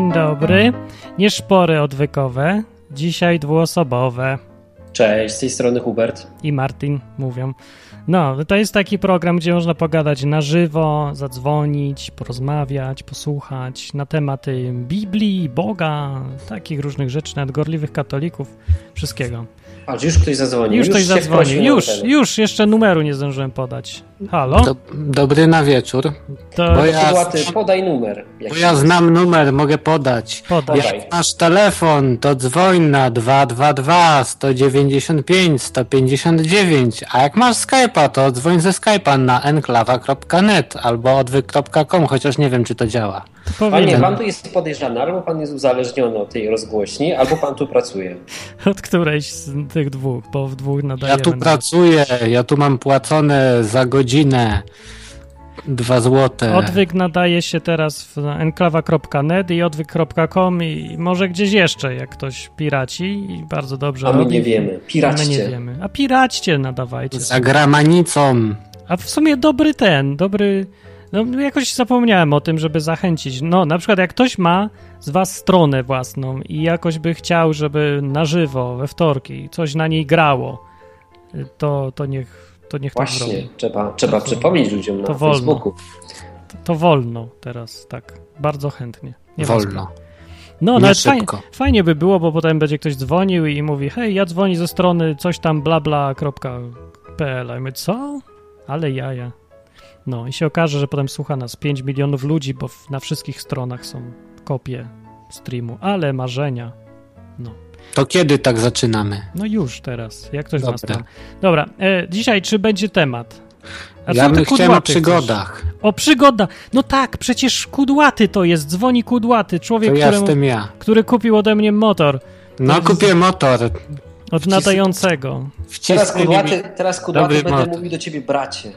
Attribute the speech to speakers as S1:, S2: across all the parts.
S1: szpory, nie szpory odwykowe, dzisiaj dwuosobowe.
S2: Cześć, z tej strony Hubert.
S1: I Martin mówią. No, to jest taki program, gdzie można pogadać na żywo, zadzwonić, porozmawiać, posłuchać na tematy Biblii, Boga, takich różnych rzeczy, nadgorliwych katolików, wszystkiego.
S2: A już ktoś zadzwonił.
S1: Już ktoś
S2: się wprosił
S1: zadzwonił,
S2: na
S1: już,
S2: antenę.
S1: już, jeszcze numeru nie zdążyłem podać. Halo?
S3: Dob- dobry na wieczór.
S1: To
S3: bo ja-
S2: Kudłaty, podaj numer. jak
S3: Bo
S2: się-
S3: ja znam numer, mogę podać.
S1: podaj.
S2: Podaj.
S3: Jak masz telefon, to dzwoń na 222 195 159, a jak masz Skype'a, to dzwoń ze Skype'a na enklawa.net albo odwyk.com, chociaż nie wiem, czy to działa.
S1: To
S2: Panie,
S1: Powinienem.
S2: pan tu jest podejrzany, albo pan jest uzależniony od tej rozgłośni, albo pan tu pracuje.
S1: Od którejś z tych dwóch, bo w dwóch nadajemy.
S3: Ja tu
S1: na-
S3: pracuję, ja tu mam płacone za godzinę 2 złote.
S1: Odwyk nadaje się teraz w enklawa.net i odwyk.com i może gdzieś jeszcze, jak ktoś piraci i bardzo dobrze
S2: A my
S1: robi.
S2: nie wiemy.
S1: A my nie
S2: Piraćcie.
S1: wiemy. A piraćcie nadawajcie.
S3: Za gramanicą.
S1: A w sumie dobry ten, dobry... No jakoś zapomniałem o tym, żeby zachęcić. No, na przykład jak ktoś ma z was stronę własną i jakoś by chciał, żeby na żywo, we wtorki, coś na niej grało, to, to niech to niech tak
S2: Właśnie,
S1: zrobi.
S2: trzeba, trzeba przypomnieć ludziom na
S1: To wolno.
S2: Facebooku.
S1: To, to wolno teraz, tak. Bardzo chętnie. Nie ma
S3: Wolno.
S1: No,
S3: Nie
S1: nawet fajnie,
S3: szybko.
S1: fajnie by było, bo potem będzie ktoś dzwonił i mówi, hej, ja dzwonię ze strony coś tam blabla.pl, a my co? Ale jaja. No i się okaże, że potem słucha nas 5 milionów ludzi, bo w- na wszystkich stronach są kopie streamu, ale marzenia.
S3: To kiedy tak zaczynamy?
S1: No już teraz, jak ktoś ma
S3: Dobra.
S1: stronę. Dobra, e, dzisiaj czy będzie temat? A
S3: Ja
S1: co ty,
S3: bym chciał o
S1: kudłaty, chcesz?
S3: przygodach.
S1: O przygoda. No tak, przecież kudłaty to jest, dzwoni kudłaty, człowiek,
S3: To ja
S1: któremu,
S3: jestem ja.
S1: który kupił ode mnie motor
S3: No kupię motor.
S1: od nadającego.
S2: Teraz
S3: Wcisnęli mi.
S2: kudłaty, teraz kudłaty
S3: Dobry
S2: będę
S3: motyw.
S2: mówił do ciebie bracie.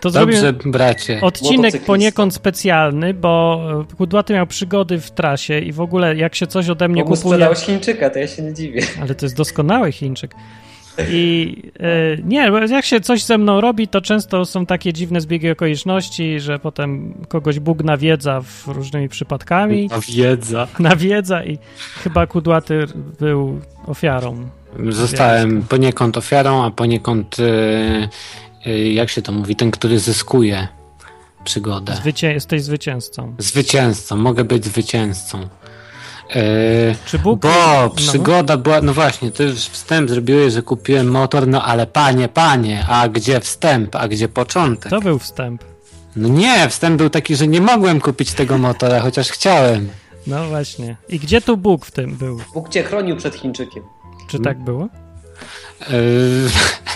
S1: To
S3: Dobrze,
S1: zrobiłem
S3: bracie.
S1: odcinek
S2: Motocyklista.
S1: poniekąd specjalny, bo e, Kudłaty miał przygody w trasie i w ogóle jak się coś ode mnie
S2: Bo mu
S1: kupuje...
S2: sprzedałeś Chińczyka, to ja się nie dziwię.
S1: Ale to jest doskonały Chińczyk. I e, nie, bo jak się coś ze mną robi, to często są takie dziwne zbiegi okoliczności, że potem kogoś Bóg nawiedza w różnymi przypadkami.
S3: Ta wiedza.
S1: Nawiedza i chyba Kudłaty był ofiarą.
S3: Zostałem poniekąd ofiarą, a poniekąd, e, e, jak się to mówi, ten, który zyskuje przygodę.
S1: Zwycię- jesteś zwycięzcą.
S3: Zwycięzcą, mogę być zwycięzcą. E,
S1: Czy Bóg...
S3: Bo
S1: no.
S3: przygoda była, no właśnie, ty już wstęp zrobiłeś, że kupiłem motor, no ale panie, panie, a gdzie wstęp, a gdzie początek?
S1: To był wstęp.
S3: No nie, wstęp był taki, że nie mogłem kupić tego motora, chociaż chciałem.
S1: No właśnie. I gdzie tu Bóg w tym był?
S2: Bóg cię chronił przed Chińczykiem.
S1: Czy tak było?
S3: Yy,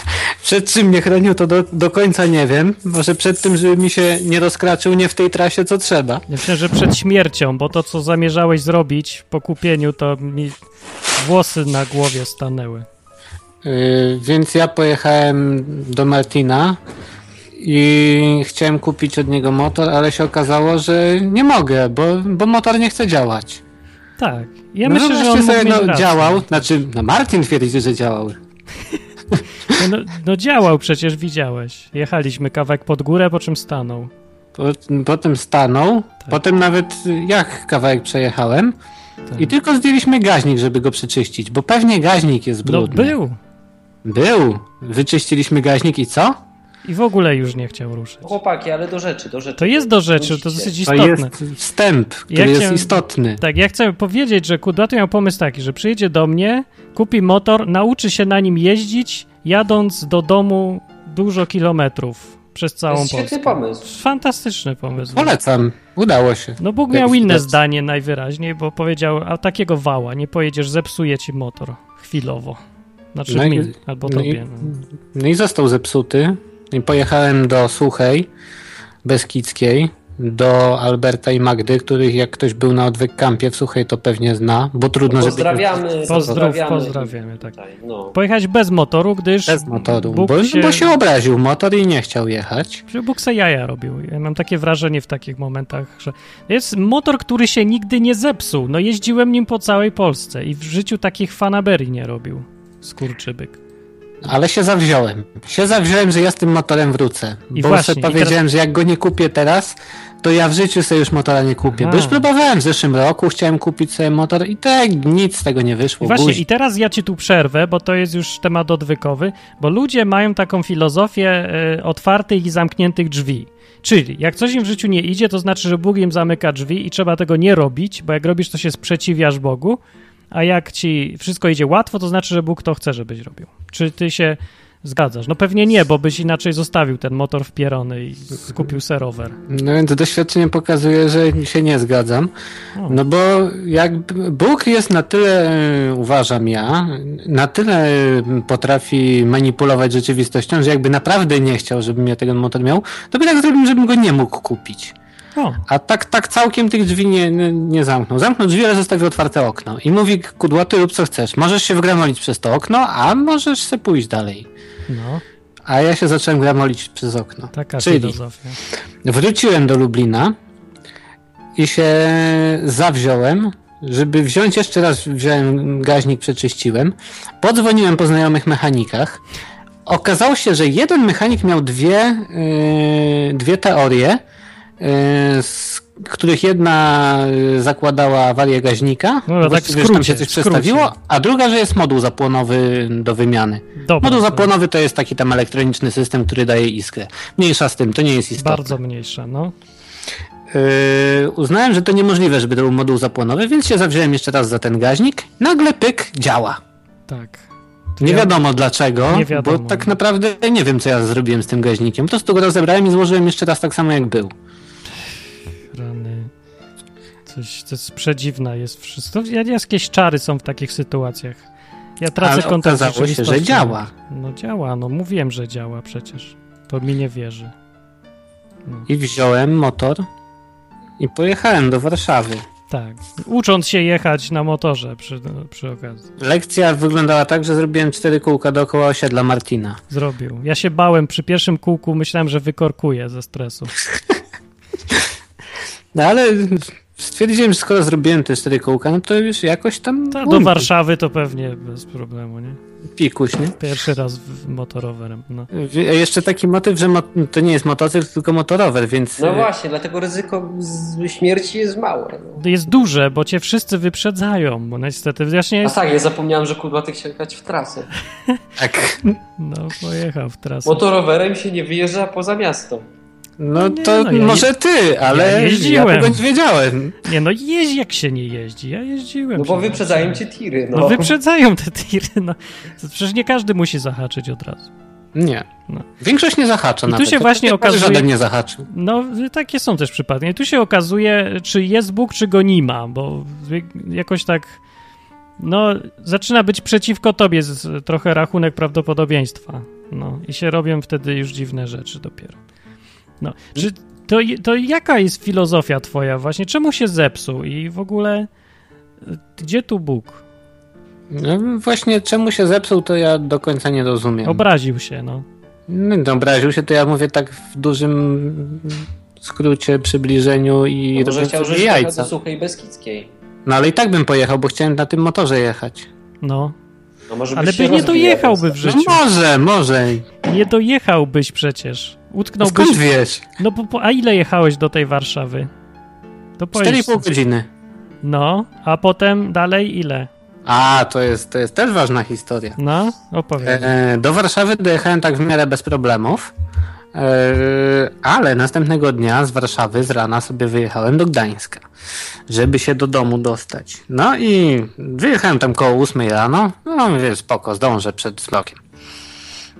S3: Przed czym mnie chronił, to do, do końca nie wiem. Może przed tym, żeby mi się nie rozkraczył nie w tej trasie, co trzeba.
S1: Ja myślę, że przed śmiercią, bo to, co zamierzałeś zrobić po kupieniu, to mi włosy na głowie stanęły.
S3: Yy, Więc ja pojechałem do Martina i chciałem kupić od niego motor, ale się okazało, że nie mogę, bo, bo motor nie chce działać.
S1: Tak. Ja
S3: no
S1: myślę, że
S3: wyobraźcie
S1: on mógł
S3: sobie,
S1: mieć
S3: no,
S1: rację.
S3: działał, znaczy no Martin twierdzi, że działał.
S1: No, no, no działał, przecież widziałeś. Jechaliśmy kawałek pod górę, po czym stanął.
S3: Po- Potem stanął, potem nawet jak kawałek przejechałem
S1: Tak.
S3: i tylko zdjęliśmy gaźnik, żeby go przeczyścić, bo pewnie gaźnik jest
S1: No
S3: brudny.
S1: był.
S3: Był! Wyczyściliśmy gaźnik i co?
S1: I w ogóle już nie chciał ruszyć.
S2: Chłopaki, ale do rzeczy, do rzeczy.
S1: To jest do rzeczy, to
S2: Budzicie.
S1: dosyć
S3: To
S1: istotne.
S3: jest wstęp, który
S1: Ja
S3: jest
S1: chciałem-
S3: istotny.
S1: Tak, ja chcę powiedzieć, że Kudaty miał pomysł taki, że przyjedzie do mnie, kupi motor, nauczy się na nim jeździć, jadąc do domu dużo kilometrów przez
S2: To
S1: całą
S2: jest
S1: Polskę.
S2: świetny pomysł.
S1: Fantastyczny pomysł.
S3: Polecam, udało się.
S1: No Bóg
S3: Jak
S1: miał inne
S3: widać.
S1: zdanie najwyraźniej, bo powiedział, a takiego wała nie pojedziesz, zepsuje ci motor chwilowo. Znaczy
S3: No i-
S1: mi, albo
S3: no i-
S1: tobie. no.
S3: No i został zepsuty. I pojechałem do Suchej, Beskidzkiej, do Alberta i Magdy, których jak ktoś był na odwyk kampie w Suchej, to pewnie zna, bo trudno, żeby...
S2: Pozdrawiamy.
S1: Pozdraw,
S2: pozdrawiamy.
S1: pozdrawiamy, tak.
S2: Tutaj, No.
S1: Pojechać bez motoru, gdyż
S3: Bez motoru,
S1: Bóg
S3: bo,
S1: się,
S3: bo się obraził motor i nie chciał jechać.
S1: Że Bóg se jaja robił. Ja mam takie wrażenie w takich momentach, że jest motor, który się nigdy nie zepsuł. No jeździłem nim po całej Polsce i w życiu takich fanaberii nie robił. Skurczybyk.
S3: Ale się zawziąłem. Się zawziąłem, że ja z tym motorem wrócę.
S1: I
S3: bo
S1: właśnie, i
S3: sobie powiedziałem, że jak go nie kupię teraz, to ja w życiu sobie już motora nie kupię.
S1: Aha.
S3: Bo już próbowałem w zeszłym roku, chciałem kupić sobie motor i tak nic z tego nie wyszło.
S1: I właśnie,
S3: Guzik.
S1: i teraz ja ci tu przerwę, bo to jest już temat odwykowy, bo ludzie mają taką filozofię y, otwartych i zamkniętych drzwi. Czyli jak coś im w życiu nie idzie, to znaczy, że Bóg im zamyka drzwi i trzeba tego nie robić, bo jak robisz, to się sprzeciwiasz Bogu, a jak ci wszystko idzie łatwo, to znaczy, że Bóg to chce, żebyś robił. Czy ty się zgadzasz? No pewnie nie, bo byś inaczej zostawił ten motor wpierony i skupił se rower.
S3: No więc doświadczenie pokazuje, że się nie zgadzam.
S1: O.
S3: No bo jak Bóg jest na tyle, y, uważam ja, na tyle y, potrafi manipulować rzeczywistością, że jakby naprawdę nie chciał, żebym ja tego motor miał, to by tak zrobił, żebym go nie mógł kupić.
S1: O,
S3: A tak, tak całkiem tych drzwi nie, nie, nie zamknął. Zamknął drzwi, ale zostawił otwarte okno. I mówi, kudłaty, rób co chcesz. Możesz się wgramolić przez to okno, a możesz se pójść dalej.
S1: no,
S3: A ja się zacząłem gramolić przez okno.
S1: taka
S3: Czyli-
S1: filozofia.
S3: Wróciłem do Lublina i się zawziąłem, żeby wziąć jeszcze raz, wziąłem gaźnik, przeczyściłem. Podzwoniłem po znajomych mechanikach. Okazało się, że jeden mechanik miał dwie, yy, dwie teorie, yy, z których jedna yy, zakładała awarię gaźnika,
S1: No, ale tak w
S3: właściwie, że tam się
S1: skrócie,
S3: coś
S1: w skrócie.
S3: przestawiło, a druga, że jest moduł zapłonowy do wymiany.
S1: Dobra,
S3: Moduł
S1: to
S3: zapłonowy No to jest taki tam elektroniczny system, który daje iskrę. Mniejsza z tym, to nie jest istotne.
S1: bardzo mniejsza, no.
S3: Yy, uznałem, że to niemożliwe, żeby to był moduł zapłonowy, więc się zawziąłem jeszcze raz za ten gaźnik. Nagle pyk, działa.
S1: Tak.
S3: Nie
S1: Ja-
S3: wiadomo dlaczego,
S1: Nie wiadomo.
S3: bo tak naprawdę nie wiem, co ja zrobiłem z tym gaźnikiem. Po prostu go rozebrałem i złożyłem jeszcze raz tak samo, jak był.
S1: Rany. Coś, to jest przedziwna jest wszystko. Ja- Jakieś czary są w takich sytuacjach. Ja tracę
S3: Ale
S1: kontakt z
S3: okazało się, że
S1: rzeczywistością.
S3: działa.
S1: No działa, no mówiłem, że działa przecież. To mi nie wierzy. No,
S3: I wziąłem motor i pojechałem do Warszawy.
S1: tak. Ucząc się jechać na motorze przy, no, przy okazji.
S3: Lekcja wyglądała tak, że zrobiłem cztery kółka dookoła osiedla Martina.
S1: Zrobił. Ja się bałem przy pierwszym kółku, myślałem, że wykorkuję ze stresu.
S3: No ale stwierdziłem, że skoro zrobiłem te cztery kółka, no to już jakoś tam...
S1: Ta, do
S3: umiem.
S1: Warszawy to pewnie bez problemu, nie?
S3: Pikuś, nie?
S1: Pierwszy raz w motorowerem, no.
S3: W- Jeszcze taki motyw, że mo- to nie jest motocykl, tylko motorower, więc.
S2: No
S3: e,
S2: właśnie, dlatego ryzyko z- śmierci jest małe. No.
S1: Jest duże, bo cię wszyscy wyprzedzają, bo niestety właśnie
S2: A
S1: jest
S2: tak, ja zapomniałem, że kudłaty chciał jechać w trasę.
S3: Tak.
S1: No, pojechał w trasę.
S2: Motorowerem się nie wyjeżdża poza miasto.
S3: No
S1: Nie,
S3: to
S1: no ja
S3: może ty, ale ja,
S1: jeździłem.
S3: tego nie wiedziałem.
S1: Nie no, jeździ jak się nie jeździ. Ja jeździłem.
S2: No bo
S1: przecież.
S2: wyprzedzają cię tiry.
S1: No,
S2: No,
S1: wyprzedzają te tiry. No. To Przecież nie każdy musi zahaczyć od razu.
S3: Nie.
S1: No.
S3: Większość nie zahacza
S1: I tu
S3: nawet.
S1: się właśnie
S3: Prawie
S1: okazuje-
S3: Żaden nie zahaczył.
S1: No, takie są też przypadki. I tu się okazuje, czy jest Bóg, czy go nie ma, bo jakoś tak. No, zaczyna być przeciwko tobie z, trochę rachunek prawdopodobieństwa. No, i się robią wtedy już dziwne rzeczy dopiero. No, czy to, je- to jaka jest filozofia twoja właśnie? Czemu się zepsuł i w ogóle y, gdzie tu Bóg?
S3: No, właśnie czemu się zepsuł, to ja do końca nie rozumiem.
S1: Obraził się, no.
S3: No, Obraził się, to ja mówię tak w dużym skrócie, przybliżeniu i
S2: no może
S3: robię
S2: chciał,
S3: sobie
S2: że jechać
S3: jajca.
S2: do Suchej Beskidzkiej.
S3: No ale i tak bym pojechał, bo chciałem na tym motorze jechać.
S1: No,
S2: No może
S1: ale
S2: byś się
S1: by nie
S2: rozwijał.
S1: dojechałby w
S3: No
S1: życiu.
S3: może, może.
S1: Nie dojechałbyś przecież.
S3: No,
S1: Utknąłbyś
S3: Skąd wiesz?
S1: No bo, po- a ile jechałeś do tej Warszawy? To powiedz.
S3: 4,5 godziny.
S1: No, a potem dalej ile?
S3: A, to jest, to jest też ważna historia.
S1: No, opowiedz.
S3: E, do Warszawy dojechałem tak w miarę bez problemów, e, ale następnego dnia z Warszawy z rana sobie wyjechałem do Gdańska, żeby się do domu dostać. No i wyjechałem tam koło 8 rano, no mówię, spoko, zdążę przed zmrokiem.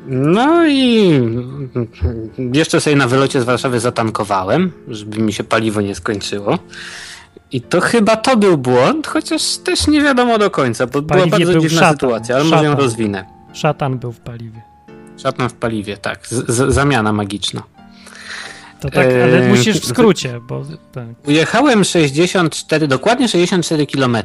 S3: No i jeszcze sobie na wylocie z Warszawy zatankowałem, żeby mi się paliwo nie skończyło. I to chyba to był błąd, chociaż też nie wiadomo do końca, bo była
S1: paliwie
S3: bardzo
S1: był
S3: dziwna
S1: szatan,
S3: sytuacja, ale może ją
S1: szatan.
S3: rozwinę.
S1: Szatan był w paliwie.
S3: Szatan w paliwie, tak. Z, z, zamiana magiczna.
S1: To tak,
S3: E,
S1: ale musisz w
S3: wy-
S1: skrócie, bo tak.
S3: Ujechałem 64, dokładnie 64 km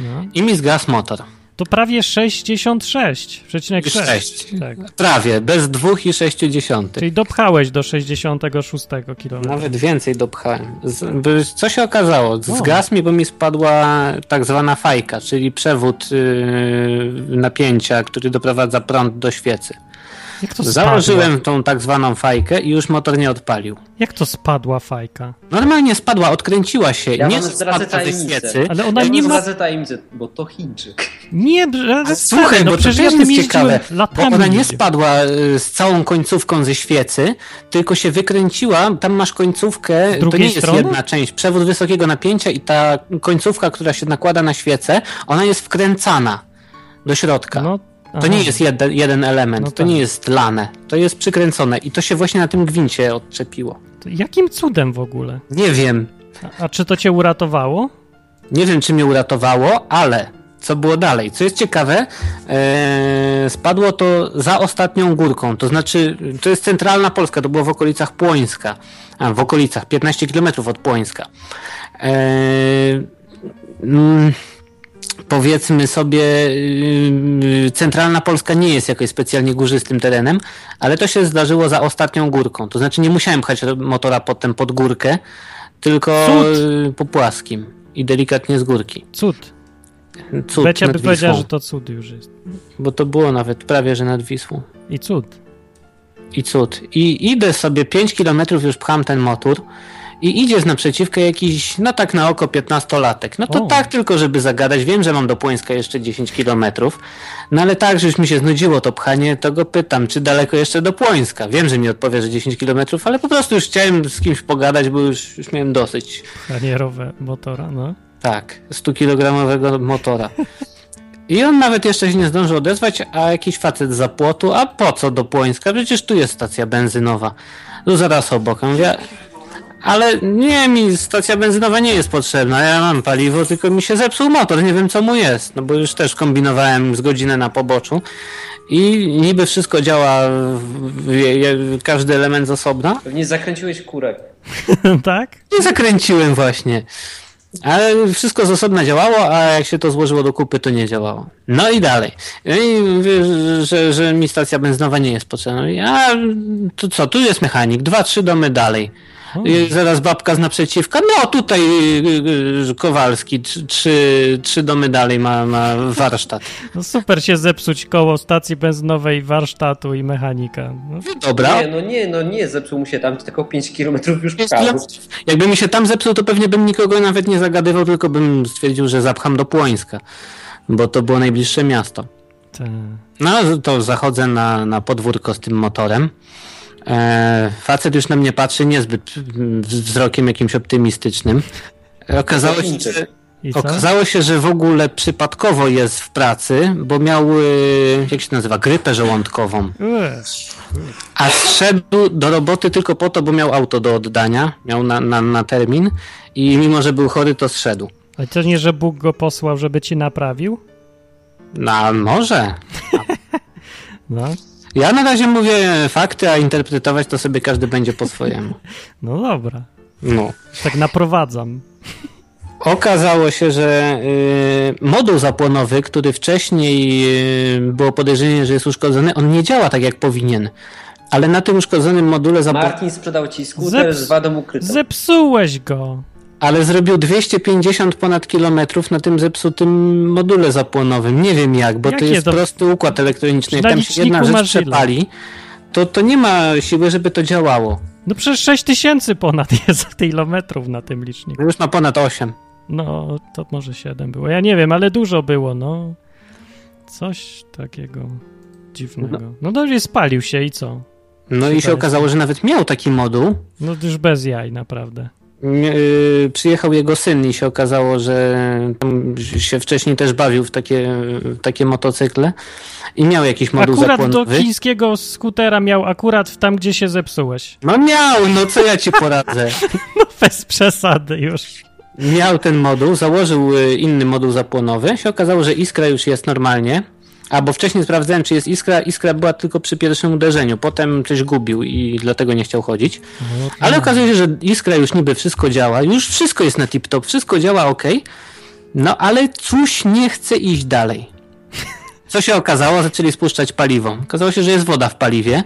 S1: No.
S3: i mi zgasł motor.
S1: To prawie 66,6.
S3: 6.
S1: Tak.
S3: Prawie, bez dwóch i sześciu dziesiątych.
S1: Czyli dopchałeś do 66 km.
S3: Nawet więcej dopchałem. Z, by- co się okazało? Zgasł mi, bo mi spadła tak zwana fajka, czyli przewód yy, napięcia, który doprowadza prąd do świecy.
S1: Jak to
S3: No. Założyłem tą tak zwaną fajkę i już motor nie odpalił.
S1: Spadła? Jak to spadła fajka?
S3: Normalnie spadła, odkręciła się,
S2: Ja
S3: nie
S2: wam
S3: że
S2: zdradzę
S3: spadła ze
S2: tajemnicę.
S3: świecy.
S1: Ale ona
S2: Ja
S1: nie
S2: nie
S1: ma.
S2: zdradzę tajemnicę, bo to Chińczyk.
S1: Nie, ale
S3: A
S1: stary,
S3: Słuchaj,
S1: no
S3: bo to
S1: przecież
S3: też
S1: ja tym
S3: jest
S1: jeździłem
S3: ciekawe, bo
S1: latami.
S3: ona nie spadła y, z całą końcówką ze świecy, tylko się wykręciła, tam masz końcówkę,
S1: Z
S3: to nie
S1: drugiej
S3: jest
S1: strony?
S3: jedna część, przewód wysokiego napięcia i ta końcówka, która się nakłada na świecę, ona jest wkręcana do środka.
S1: No,
S3: To
S1: aha.
S3: nie jest jeden, jeden element,
S1: No
S3: to
S1: tak.
S3: nie jest lane, to jest przykręcone i to się właśnie na tym gwincie odczepiło.
S1: To Jakim cudem w ogóle?
S3: Nie wiem,
S1: A, a czy to cię uratowało?
S3: Nie wiem, czy mnie uratowało, ale co było dalej? Co jest ciekawe, e, spadło to za ostatnią górką, to znaczy to jest centralna Polska, to było w okolicach Płońska, a w okolicach 15 km od Płońska. E, mm, powiedzmy sobie, yy, centralna Polska nie jest jakoś specjalnie górzystym terenem, ale to się zdarzyło za ostatnią górką. To znaczy nie musiałem pchać ro- motora potem pod górkę, tylko
S1: Cud.
S3: yy, po płaskim i delikatnie z górki.
S1: Cud.
S3: Cud
S1: Becia by
S3: nad Wisłą,
S1: powiedziała, że to cud już jest.
S3: bo to było nawet prawie, że nad Wisłą.
S1: I cud.
S3: I cud. I idę sobie 5 km już pcham ten motor i idzie z naprzeciwka jakiś, no tak na oko 15-latek. No to
S1: O.
S3: tak tylko, żeby zagadać. Wiem, że mam do Płońska jeszcze 10 km, no ale tak, że już mi się znudziło to pchanie, to go pytam, czy daleko jeszcze do Płońska. Wiem, że mi odpowie, że 10 km, ale po prostu już chciałem z kimś pogadać, bo już, już miałem dosyć.
S1: A nie rower motora, no.
S3: Tak, 100-kilogramowego motora. I on nawet jeszcze się nie zdążył odezwać, a jakiś facet za płotu, a po co do Płońska? Przecież tu jest stacja benzynowa. Tu zaraz obok. Ja mówię, ale nie, mi stacja benzynowa nie jest potrzebna. Ja mam paliwo, tylko mi się zepsuł motor. Nie wiem, co mu jest. No bo już też kombinowałem z godzinę na poboczu i niby wszystko działa, w, w, w, każdy element z osobna,
S2: Pewnie zakręciłeś kurek.
S1: tak?
S3: nie zakręciłem właśnie. Ale wszystko z osobna działało, a jak się to złożyło do kupy, to nie działało. No i dalej. No I mówię, że, że mi stacja benzynowa nie jest potrzebna. Mówię, A to co, tu jest mechanik, dwa, trzy domy dalej.
S1: O.
S3: I zaraz babka z naprzeciwka, no tutaj y, y, Kowalski, trzy, trzy, trzy domy dalej ma, ma warsztat.
S1: No super się zepsuć koło stacji benzynowej, warsztatu i mechanika. No,
S3: Dobra,
S2: Nie, no nie, no nie, zepsuł mu się tam, tylko 5 km już
S3: Pięć
S2: pchał.
S3: kilometrów. Jakby mi się tam zepsuł, to pewnie bym nikogo nawet nie zagadywał, tylko bym stwierdził, że zapcham do Płońska, bo to było najbliższe miasto.
S1: te...
S3: No to zachodzę na, na podwórko z tym motorem. E, facet już na mnie patrzy niezbyt mm, wzrokiem jakimś optymistycznym. E, Okazało się,
S2: Chińczyk.
S3: że,
S1: I co?
S3: okazało się, że w ogóle przypadkowo jest w pracy, bo miał, e, jak się nazywa, grypę żołądkową.
S1: Ue,
S3: A szedł do roboty tylko po to, bo miał auto do oddania, miał na, na, na termin i mimo, że był chory, to zszedł.
S1: A to nie, że Bóg go posłał, żeby ci naprawił?
S3: No, a może.
S1: No,
S3: Ja na razie mówię fakty, a interpretować to sobie każdy będzie po swojemu.
S1: no dobra.
S3: No.
S1: Tak naprowadzam.
S3: Okazało się, że y, moduł zapłonowy, który wcześniej y, było podejrzenie, że jest uszkodzony, on nie działa tak jak powinien. Ale na tym uszkodzonym module zapłonowym,
S2: Martin sprzedał ci skuter
S1: Zeps-
S2: z wadą ukrytą.
S1: Zepsułeś go!
S3: ale zrobił 250 ponad kilometrów na tym zepsutym module zapłonowym. Nie wiem jak, bo
S1: Jakie
S3: to jest
S1: to-
S3: prosty układ elektroniczny. Jak
S1: Na
S3: tam się jedna
S1: liczniku
S3: rzecz
S1: masz ile?
S3: przepali, to, to nie ma siły, żeby to działało.
S1: No przecież 6 tysięcy ponad jest kilometrów na tym liczniku.
S3: Już ma ponad 8.
S1: No, to może 7 było. Ja nie wiem, ale dużo było, no. Coś takiego dziwnego. No dobrze, spalił się i co?
S3: No i
S1: Super.
S3: się okazało, że nawet miał taki moduł.
S1: No już bez jaj, naprawdę.
S3: Yy, przyjechał jego syn i się okazało, że tam się wcześniej też bawił w takie, w takie motocykle i miał jakiś moduł
S1: Akurat do
S3: zapłonowy.
S1: chińskiego skutera miał akurat w tam, gdzie się zepsułeś.
S3: No miał, no co ja ci poradzę.
S1: No bez przesady już.
S3: Miał ten moduł, założył y, inny moduł zapłonowy. Się okazało, że iskra już jest normalnie. A bo wcześniej sprawdzałem, czy jest iskra. Iskra była tylko przy pierwszym uderzeniu. Potem coś gubił i dlatego nie chciał chodzić. Ale okazuje się, że iskra już niby wszystko działa. Już wszystko jest na tip-top, wszystko działa ok. No ale cóż nie chce iść dalej. Co się okazało? Zaczęli spuszczać paliwo. Okazało się, że jest woda w paliwie.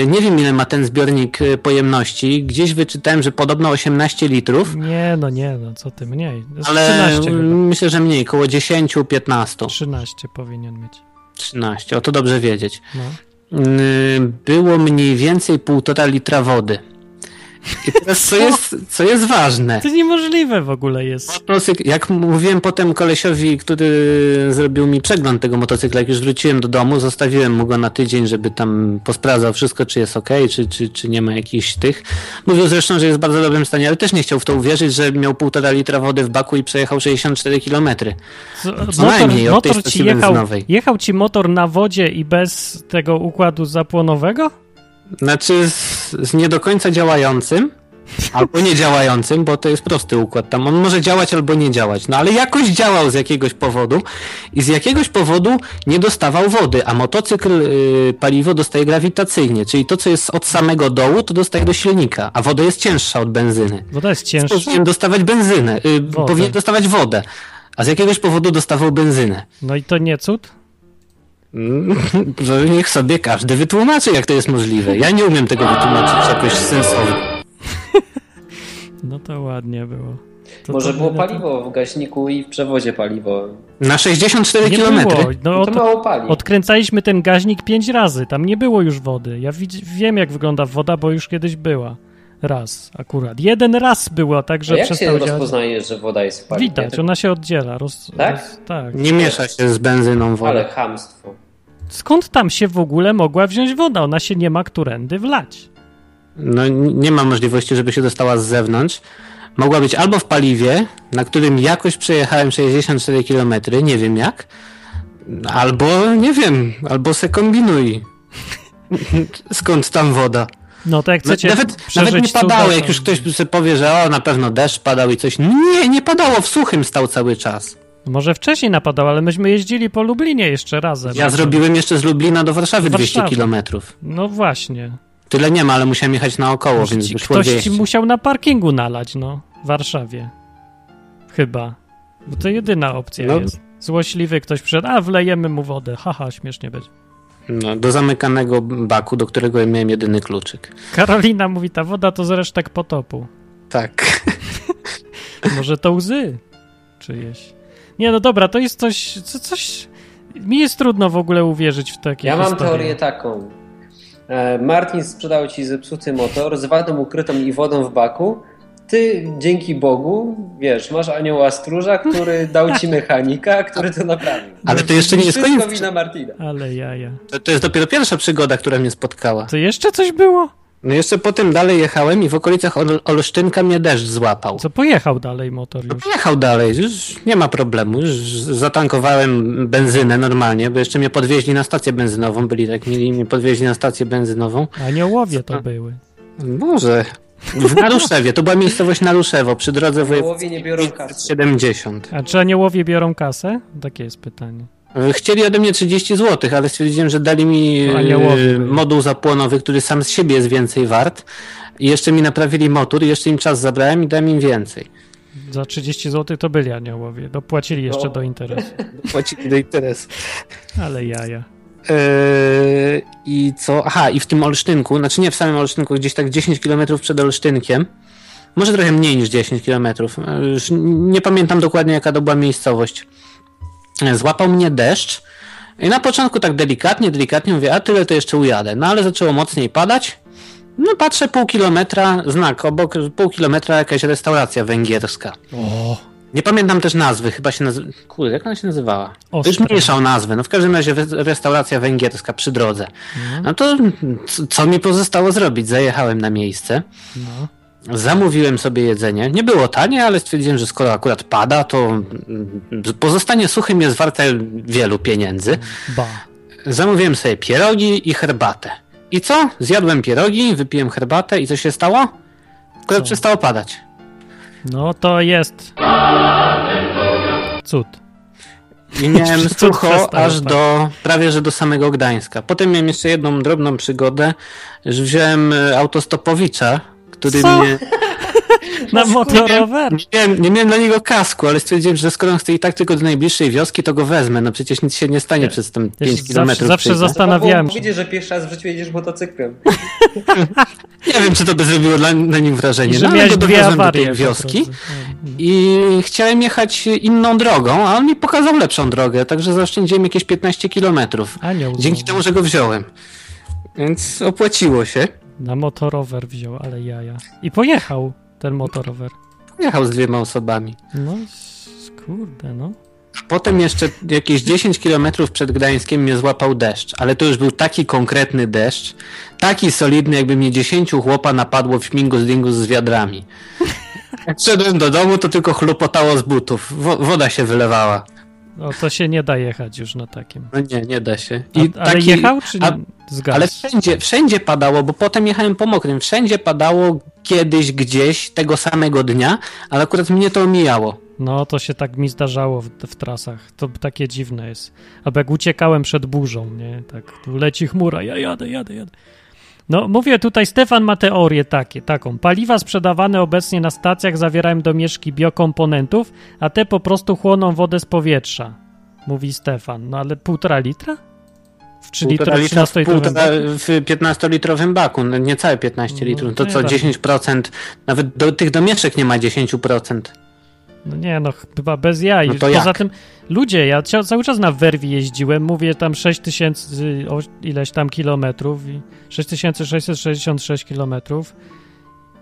S3: Yy, nie wiem, ile ma ten zbiornik yy, pojemności. Gdzieś wyczytałem, że podobno 18 litrów,
S1: Nie, no nie, no co ty, mniej. Z
S3: ale
S1: 13
S3: yy,
S1: chyba.
S3: myślę, że mniej, koło 10, 15,
S1: 13 powinien mieć.
S3: 13. O to dobrze wiedzieć.
S1: No.
S3: Yy, było mniej więcej półtora litra wody. I teraz co jest, co jest ważne?
S1: To niemożliwe w ogóle jest.
S3: Motocyk- jak mówiłem potem kolesiowi, który zrobił mi przegląd tego motocykla, jak już wróciłem do domu, zostawiłem mu go na tydzień, żeby tam posprawdzał wszystko, czy jest ok, czy, czy, czy nie ma jakichś tych. Mówił zresztą, że jest w bardzo dobrym stanie, ale też nie chciał w to uwierzyć, że miał półtora litra wody w baku i przejechał 64 kilometry.
S1: Z-
S3: No, Co najmniej od tej stacji
S1: jechał,
S3: benzynowej.
S1: jechał ci motor na wodzie i bez tego układu zapłonowego?
S3: Znaczy z, z nie do końca działającym, albo nie działającym, bo to jest prosty układ. Tam on może działać albo nie działać. No ale jakoś działał z jakiegoś powodu i z jakiegoś powodu nie dostawał wody, a motocykl y, paliwo dostaje grawitacyjnie, czyli to, co jest od samego dołu, to dostaje do silnika, a woda jest cięższa od benzyny.
S1: Woda jest cięższa.
S3: Powinien dostawać benzynę, y,
S1: Wodę.
S3: powinien dostawać wodę, a z jakiegoś powodu dostawał benzynę.
S1: No i to nie cud?
S3: Mm, To niech sobie każdy wytłumaczy, jak to jest możliwe. Ja nie umiem tego wytłumaczyć jakoś sensownie.
S1: No to ładnie było. To
S2: Może
S1: to
S2: było
S1: nie-
S2: paliwo w gaśniku i w przewozie paliwo.
S3: Na 64
S1: Nie
S3: km.
S1: było. No
S2: No to
S1: to,
S2: mało pali.
S1: odkręcaliśmy ten gaźnik pięć razy. Tam nie było już wody. Ja widz, wiem, jak wygląda woda, bo już kiedyś była. Raz akurat. Jeden raz była, tak,
S2: A
S1: że
S2: jak się
S1: przestał działać.
S2: rozpoznaje, że woda jest w paliwie?
S1: Widać,
S2: Tak-
S1: ona się oddziela. Roz,
S2: Tak?
S1: Roz, tak.
S3: Nie miesza się z benzyną
S2: Ale
S3: woda.
S2: chamstwo.
S1: Skąd tam się w ogóle mogła wziąć woda? Ona się nie ma którędy wlać.
S3: No n- nie ma możliwości, żeby się dostała z zewnątrz. Mogła być albo w paliwie, na którym jakoś przejechałem 64 km, nie wiem jak. Albo nie wiem, albo se kombinuj. Skąd tam woda?
S1: No to jak
S3: No,
S1: chcecie
S3: nawet,
S1: przeżyć
S3: nawet nie
S1: cuda,
S3: padało,
S1: to-
S3: jak już ktoś sobie powie, że o, na pewno deszcz padał i coś. Nie, nie padało, w suchym stał cały czas.
S1: Może wcześniej napadał, ale myśmy jeździli po Lublinie jeszcze razem.
S3: Ja zrobiłem jeszcze z Lublina do Warszawy
S1: Do
S3: 200
S1: Warszawy.
S3: km.
S1: No właśnie.
S3: Tyle nie ma, ale musiałem jechać naokoło, więc
S1: Ci-
S3: wyszło
S1: Ktoś
S3: 200.
S1: ci musiał na parkingu nalać, no. W Warszawie. Chyba. Bo to jedyna opcja
S3: No.
S1: jest. Złośliwy ktoś przyszedł, a wlejemy mu wodę. Haha, śmiesznie będzie.
S3: No, do zamykanego baku, do którego miałem jedyny kluczyk.
S1: Karolina mówi, ta woda to z resztek potopu.
S3: Tak.
S1: Może to łzy czyjeś. Nie, no dobra, to jest coś, co, coś... Mi jest trudno w ogóle uwierzyć w takie
S2: Ja mam
S1: historie.
S2: teorię taką. E, Martin sprzedał ci zepsuty motor z wadą ukrytą i wodą w baku. Ty dzięki Bogu, wiesz, masz anioła stróża, który dał ci mechanika, który to naprawił.
S3: Ale to jeszcze nie jest
S2: Wszystko
S3: koniec.
S2: wina Martina.
S1: Ale jaja.
S3: To, to jest dopiero pierwsza przygoda, która mnie spotkała.
S1: To jeszcze coś było?
S3: No jeszcze potem dalej jechałem i w okolicach Ol- Olsztynka mnie deszcz złapał.
S1: Co, pojechał dalej motor już.
S3: Jechał dalej, już nie ma problemu. Już zatankowałem benzynę normalnie, bo jeszcze mnie podwieźli na stację benzynową. Byli tak mieli i mnie podwieźli na stację benzynową.
S1: Aniołowie to były.
S3: Może. W Naruszewie, to była miejscowość Naruszewo, przy drodze wojewódzkiej
S2: Połowie nie biorą kasy.
S3: 70.
S1: A czy aniołowie biorą kasę? Takie jest pytanie.
S3: Chcieli ode mnie 30 zł, ale stwierdziłem, że dali mi
S1: To aniołowi.
S3: e, moduł zapłonowy, który sam z siebie jest więcej wart. I jeszcze mi naprawili motor, i jeszcze im czas zabrałem i dałem im więcej.
S1: Za 30 zł to byli aniołowie. Dopłacili jeszcze
S2: No.
S1: do interesu.
S3: Płacili do interesu.
S1: Ale jaja.
S3: Eee, I co? Aha, i w tym Olsztynku, znaczy nie w samym Olsztynku, gdzieś tak 10 km przed Olsztynkiem. Może trochę mniej niż 10 km. Już nie pamiętam dokładnie, jaka to była miejscowość. E, Złapał mnie deszcz. I na początku tak delikatnie, delikatnie mówię, a tyle to jeszcze ujadę. No ale zaczęło mocniej padać. No patrzę pół kilometra, znak obok, pół kilometra jakaś restauracja węgierska.
S1: O,
S3: Nie pamiętam też nazwy, chyba się nazywa. Kurde, jak ona się nazywała?
S1: Ostra.
S3: Już mniejszą nazwę. No w każdym razie we- restauracja węgierska przy drodze. No to c- co mi pozostało zrobić? Zajechałem na miejsce,
S1: no.
S3: zamówiłem sobie jedzenie. Nie było tanie, ale stwierdziłem, że skoro akurat pada, to mm, pozostanie suchym jest warte wielu pieniędzy.
S1: Ba.
S3: Zamówiłem sobie pierogi i herbatę. I co? Zjadłem pierogi, wypiłem herbatę i co się stało?
S1: Co?
S3: Akurat przestało padać.
S1: No to jest. Cud.
S3: I miałem
S1: Wszystko
S3: sucho
S1: przestało,
S3: aż
S1: tak.
S3: do prawie że do samego Gdańska. Potem miałem jeszcze jedną drobną przygodę, że wziąłem e, autostopowicza, który
S1: Co?
S3: mnie.
S1: Na motorower?
S3: Nie, miałem- nie miałem dla niego kasku, ale stwierdziłem, że skoro on chce i tak tylko do najbliższej wioski, to go wezmę. No przecież nic się nie stanie
S1: Ja-
S3: przez tam
S1: ja się
S3: 5
S1: zawsze-
S3: kilometrów.
S1: zawsze
S3: przejdę.
S1: zas- Zastanawiałem się.
S2: się. Powiedzieć, że pierwszy raz w życiu jedziesz motocyklem.
S3: Nie wiem, czy to by zrobiło dla, na nim wrażenie.
S1: I że
S3: No, ale
S1: miałeś
S3: go
S1: dwie
S3: dowiozłem do
S1: awarie.
S3: tej
S1: po
S3: wioski
S1: drodze. No,
S3: i chciałem jechać inną drogą, a on mi pokazał lepszą drogę, także zaoszczędziłem jakieś 15 kilometrów.
S1: Anioł
S3: Dzięki
S1: znowu.
S3: temu, że go wziąłem. Więc opłaciło się.
S1: Na motorower wziął, ale jaja. I pojechał ten motorower.
S3: Jechał z dwiema osobami.
S1: No, s- kurde, no.
S3: Potem jeszcze jakieś 10 kilometrów przed Gdańskiem mnie złapał deszcz, ale to już był taki konkretny deszcz, taki solidny, jakby mnie 10 chłopa napadło w śmigus dingus z wiadrami. Jak szedłem do domu, to tylko chlupotało z butów. Wo- woda się wylewała.
S1: O, No, to się nie da jechać już na takim.
S3: No nie, nie da się.
S1: A, ale
S3: taki-
S1: jechał czy
S3: a-
S1: nie? Zgasł.
S3: Ale wszędzie, wszędzie padało, bo potem jechałem po mokrym. Wszędzie padało kiedyś, gdzieś, tego samego dnia, ale akurat mnie to omijało.
S1: No, to się tak mi zdarzało w, w trasach. To takie dziwne jest. Albo jak uciekałem przed burzą, nie? Tak, tu leci chmura, ja jadę, jadę, jadę. No, mówię tutaj, Stefan ma teorię takie, taką. Paliwa sprzedawane obecnie na stacjach zawierają domieszki biokomponentów, a te po prostu chłoną wodę z powietrza. Mówi Stefan. No, ale półtora litra? W 3 litra,
S3: Półtora
S1: w 13
S3: w, półtora, w 15-litrowym baku, no niecałe 15
S1: No,
S3: litrów. To
S1: nie
S3: co,
S1: tak.
S3: 10%, nawet do tych domieszek nie ma 10%.
S1: No nie, no chyba bez jaj.
S3: No to
S1: Poza
S3: jak?
S1: tym, ludzie, ja cia- cały czas na Werwi jeździłem, mówię tam 6000 o- ileś tam kilometrów, i 6666 kilometrów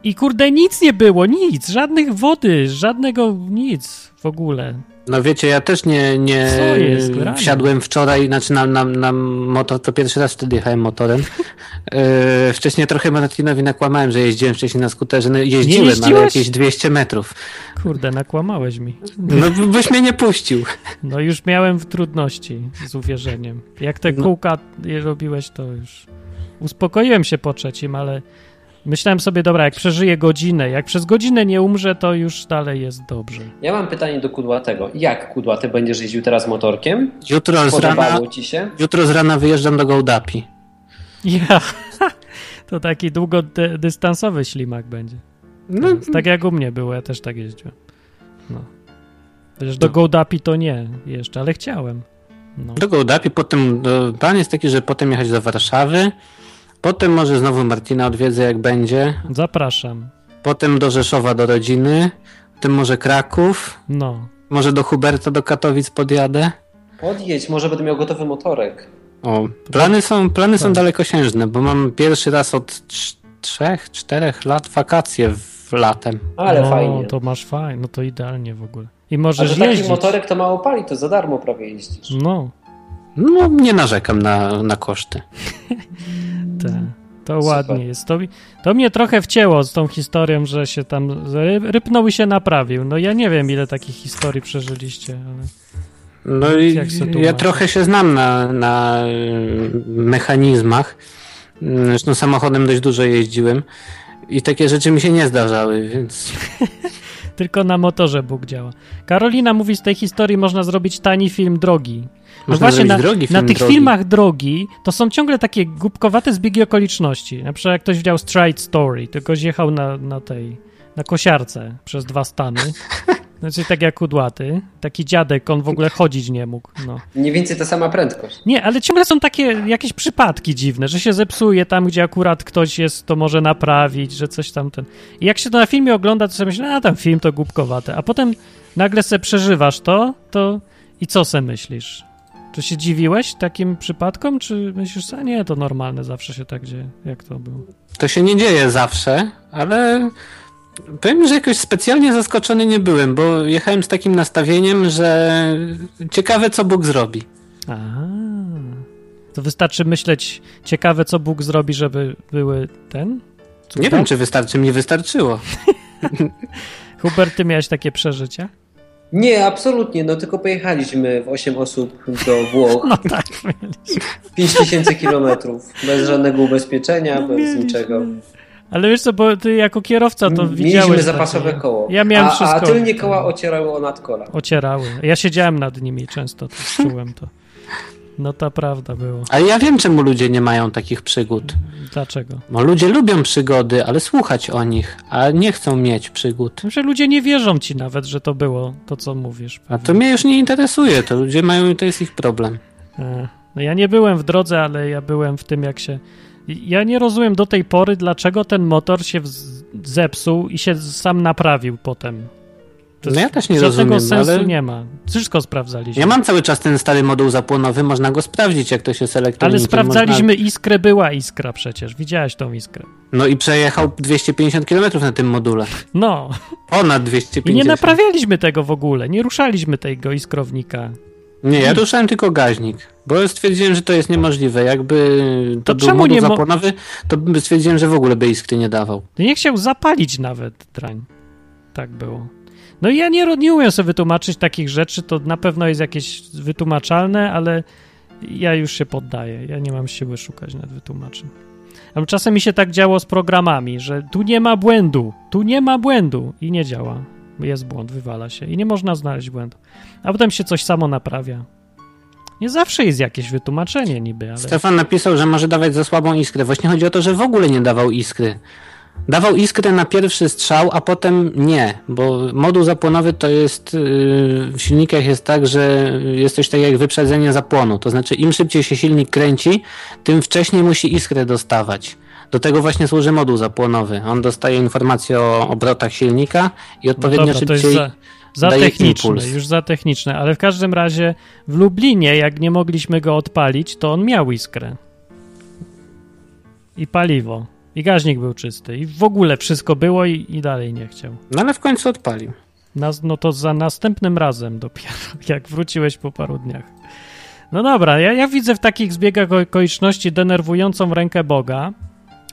S1: i kurde nic nie było, nic, żadnych wody, żadnego nic w ogóle.
S3: No wiecie, ja też nie, nie
S1: Co jest grane?
S3: wsiadłem wczoraj, znaczy na, na, na motor, to pierwszy raz wtedy jechałem motorem. Yy, wcześniej trochę Martinowi nakłamałem, że jeździłem wcześniej na skuterze. No, jeździłem, ale
S1: jeździłeś?
S3: jakieś 200 metrów.
S1: Kurde, nakłamałeś mi.
S3: No b- byś mnie nie puścił.
S1: No już miałem w trudności z uwierzeniem. Jak te
S3: No.
S1: kółka je robiłeś, to już uspokoiłem się po trzecim, ale myślałem sobie, dobra, jak przeżyję godzinę, jak przez godzinę nie umrze, to już dalej jest dobrze.
S2: Ja mam pytanie do Kudłatego. Jak, Kudłaty, będziesz jeździł teraz motorkiem?
S3: Jutro z rana,
S2: Podobało ci się?
S3: jutro z rana wyjeżdżam do Gołdapi.
S1: Ja. To taki długodystansowy ślimak będzie.
S3: No,
S2: mm.
S1: Tak jak u mnie było, ja też tak jeździłem. No. Przecież
S2: No.
S1: do Gołdapi to nie jeszcze, ale chciałem. No.
S3: do Gołdapi, potem do, plan jest taki, że potem jechać do Warszawy. Potem może znowu Martina odwiedzę, jak będzie.
S1: Zapraszam.
S3: Potem do Rzeszowa, do rodziny. Potem może Kraków.
S1: No.
S3: Może do Huberta, do Katowic podjadę.
S2: Podjedź, może będę miał gotowy motorek.
S3: O, plany są, plany są
S1: Tak.
S3: dalekosiężne, bo mam pierwszy raz od trz- trzech, czterech lat wakacje w latem.
S2: Ale
S1: no,
S2: fajnie.
S1: To masz fajnie, no to idealnie w ogóle. I
S2: A
S1: możesz
S2: że taki
S1: jeździć.
S2: motorek to mało pali, to za darmo prawie jeździsz.
S1: No,
S3: No, nie narzekam na, na koszty.
S1: te.
S3: Mhm.
S1: To
S2: Super.
S1: ładnie jest. To, mi- to mnie trochę wcięło z tą historią, że się tam ry- rypnął i się naprawił. No ja nie wiem, ile takich historii przeżyliście, ale...
S3: No i
S1: Jak se tłumaczy?
S3: ja trochę się znam na, na y, mechanizmach. Y, Zresztą samochodem dość dużo jeździłem i takie rzeczy mi się nie zdarzały, więc
S1: Tylko na motorze Bóg działa. Karolina mówi, z tej historii można zrobić tani film drogi. No
S3: Można
S1: właśnie,
S3: zrobić
S1: na,
S3: drogi
S1: na
S3: film
S1: tych
S3: drogi.
S1: filmach drogi to są ciągle takie głupkowate zbiegi okoliczności. Na przykład jak ktoś wziął Stride Story, tylko zjechał na, na tej, na kosiarce przez dwa stany. Znaczy tak jak kudłaty. Taki dziadek, on w ogóle chodzić nie mógł. No.
S2: Mniej więcej ta sama prędkość.
S1: Nie, ale ciągle są takie jakieś przypadki dziwne, że się zepsuje tam, gdzie akurat ktoś jest, to może naprawić, że coś tam ten. I jak się to na filmie ogląda, to sobie myślę, a tam film to głupkowate. A potem nagle se przeżywasz to, to i co se myślisz? Czy się dziwiłeś takim przypadkom, czy myślisz, a nie, to normalne, zawsze się tak dzieje, jak to było?
S3: to się nie dzieje zawsze, ale powiem, że jakoś specjalnie zaskoczony nie byłem, bo jechałem z takim nastawieniem, że ciekawe co Bóg zrobi.
S1: A. To wystarczy myśleć, ciekawe, co Bóg zrobi, żeby były ten?
S3: Nie
S1: tak?
S3: wiem, czy wystarczy, mi wystarczyło.
S1: Hubert, ty miałeś takie przeżycia?
S2: Nie, absolutnie, no tylko pojechaliśmy w 8 osób do Włoch,
S1: No tak, mieli.
S2: 5000 kilometrów, bez żadnego ubezpieczenia, bez
S1: No, mieliśmy.
S2: niczego.
S1: Ale wiesz co, bo ty jako kierowca to widziałeś.
S2: Mieliśmy
S1: takie-
S2: zapasowe koło.
S1: Ja miałem
S2: a,
S1: wszystko.
S2: A tylnie koła ocierały o nadkola.
S1: Ocierały. Ja siedziałem nad nimi często, to czułem to. No to prawda było.
S3: Ale ja wiem, czemu ludzie nie mają takich przygód.
S1: Dlaczego?
S3: Bo ludzie lubią przygody, ale słuchać o nich, a nie chcą mieć przygód.
S1: Że ludzie nie wierzą ci nawet, że to było to, co mówisz.
S3: A to mnie już nie interesuje, to ludzie mają i to jest ich problem.
S1: E, No ja nie byłem w drodze, ale ja byłem w tym, jak się. Ja nie rozumiem do tej pory, dlaczego ten motor się wz- zepsuł i się sam naprawił potem. To
S3: No ja
S1: jest-
S3: też nie
S1: żadnego
S3: rozumiem,
S1: sensu
S3: ale-
S1: nie ma. Wszystko sprawdzaliśmy.
S3: Ja mam cały czas ten stary moduł zapłonowy, można go sprawdzić, jak to się selektuje.
S1: Ale sprawdzaliśmy iskrę, była iskra przecież. Widziałeś tą iskrę.
S3: No i przejechał 250 km na tym module.
S1: No,
S3: Ponad
S1: i nie
S3: 250.
S1: naprawialiśmy tego w ogóle. Nie ruszaliśmy tego iskrownika.
S3: Nie, ja ruszałem tylko gaźnik, bo stwierdziłem, że to jest niemożliwe. Jakby
S1: To
S3: to,
S1: czemu
S3: był moduł
S1: nie mo-
S3: zapłonowy, to bym stwierdziłem, że w ogóle by iskry nie dawał.
S1: No Nie chciał zapalić nawet drań. Tak było. No i ja nie, ro- nie umiem sobie wytłumaczyć takich rzeczy, to na pewno jest jakieś wytłumaczalne, ale ja już się poddaję. Ja nie mam siły szukać nad wytłumaczeń. Ale czasem mi się tak działo z programami, że tu nie ma błędu, tu nie ma błędu i nie działa. Jest błąd, wywala się i nie można znaleźć błędu. A potem się coś samo naprawia. Nie zawsze jest jakieś wytłumaczenie niby, ale...
S3: Stefan napisał, że może dawać za słabą iskrę. Właśnie chodzi o to, że w ogóle nie dawał iskry. Dawał iskrę na pierwszy strzał, a potem nie, bo moduł zapłonowy to jest yy, w silnikach jest tak, że jest coś takiego jak wyprzedzenie zapłonu. To znaczy, im szybciej się silnik kręci, tym wcześniej musi iskrę dostawać. Do tego właśnie służy moduł zapłonowy. On dostaje informacje o obrotach silnika i
S1: No
S3: odpowiednio
S1: dobra, to jest
S3: szybciej.
S1: za, za
S3: daje
S1: techniczne,
S3: impuls.
S1: już za techniczne, ale w każdym razie w Lublinie, jak nie mogliśmy go odpalić, to on miał iskrę. I paliwo. I gaźnik był czysty. I w ogóle wszystko było i, i dalej nie chciał.
S3: No ale w końcu odpalił.
S1: Nas, no to za następnym razem dopiero, jak wróciłeś po paru dniach. No dobra, ja, ja widzę w takich zbiegach okoliczności denerwującą rękę Boga.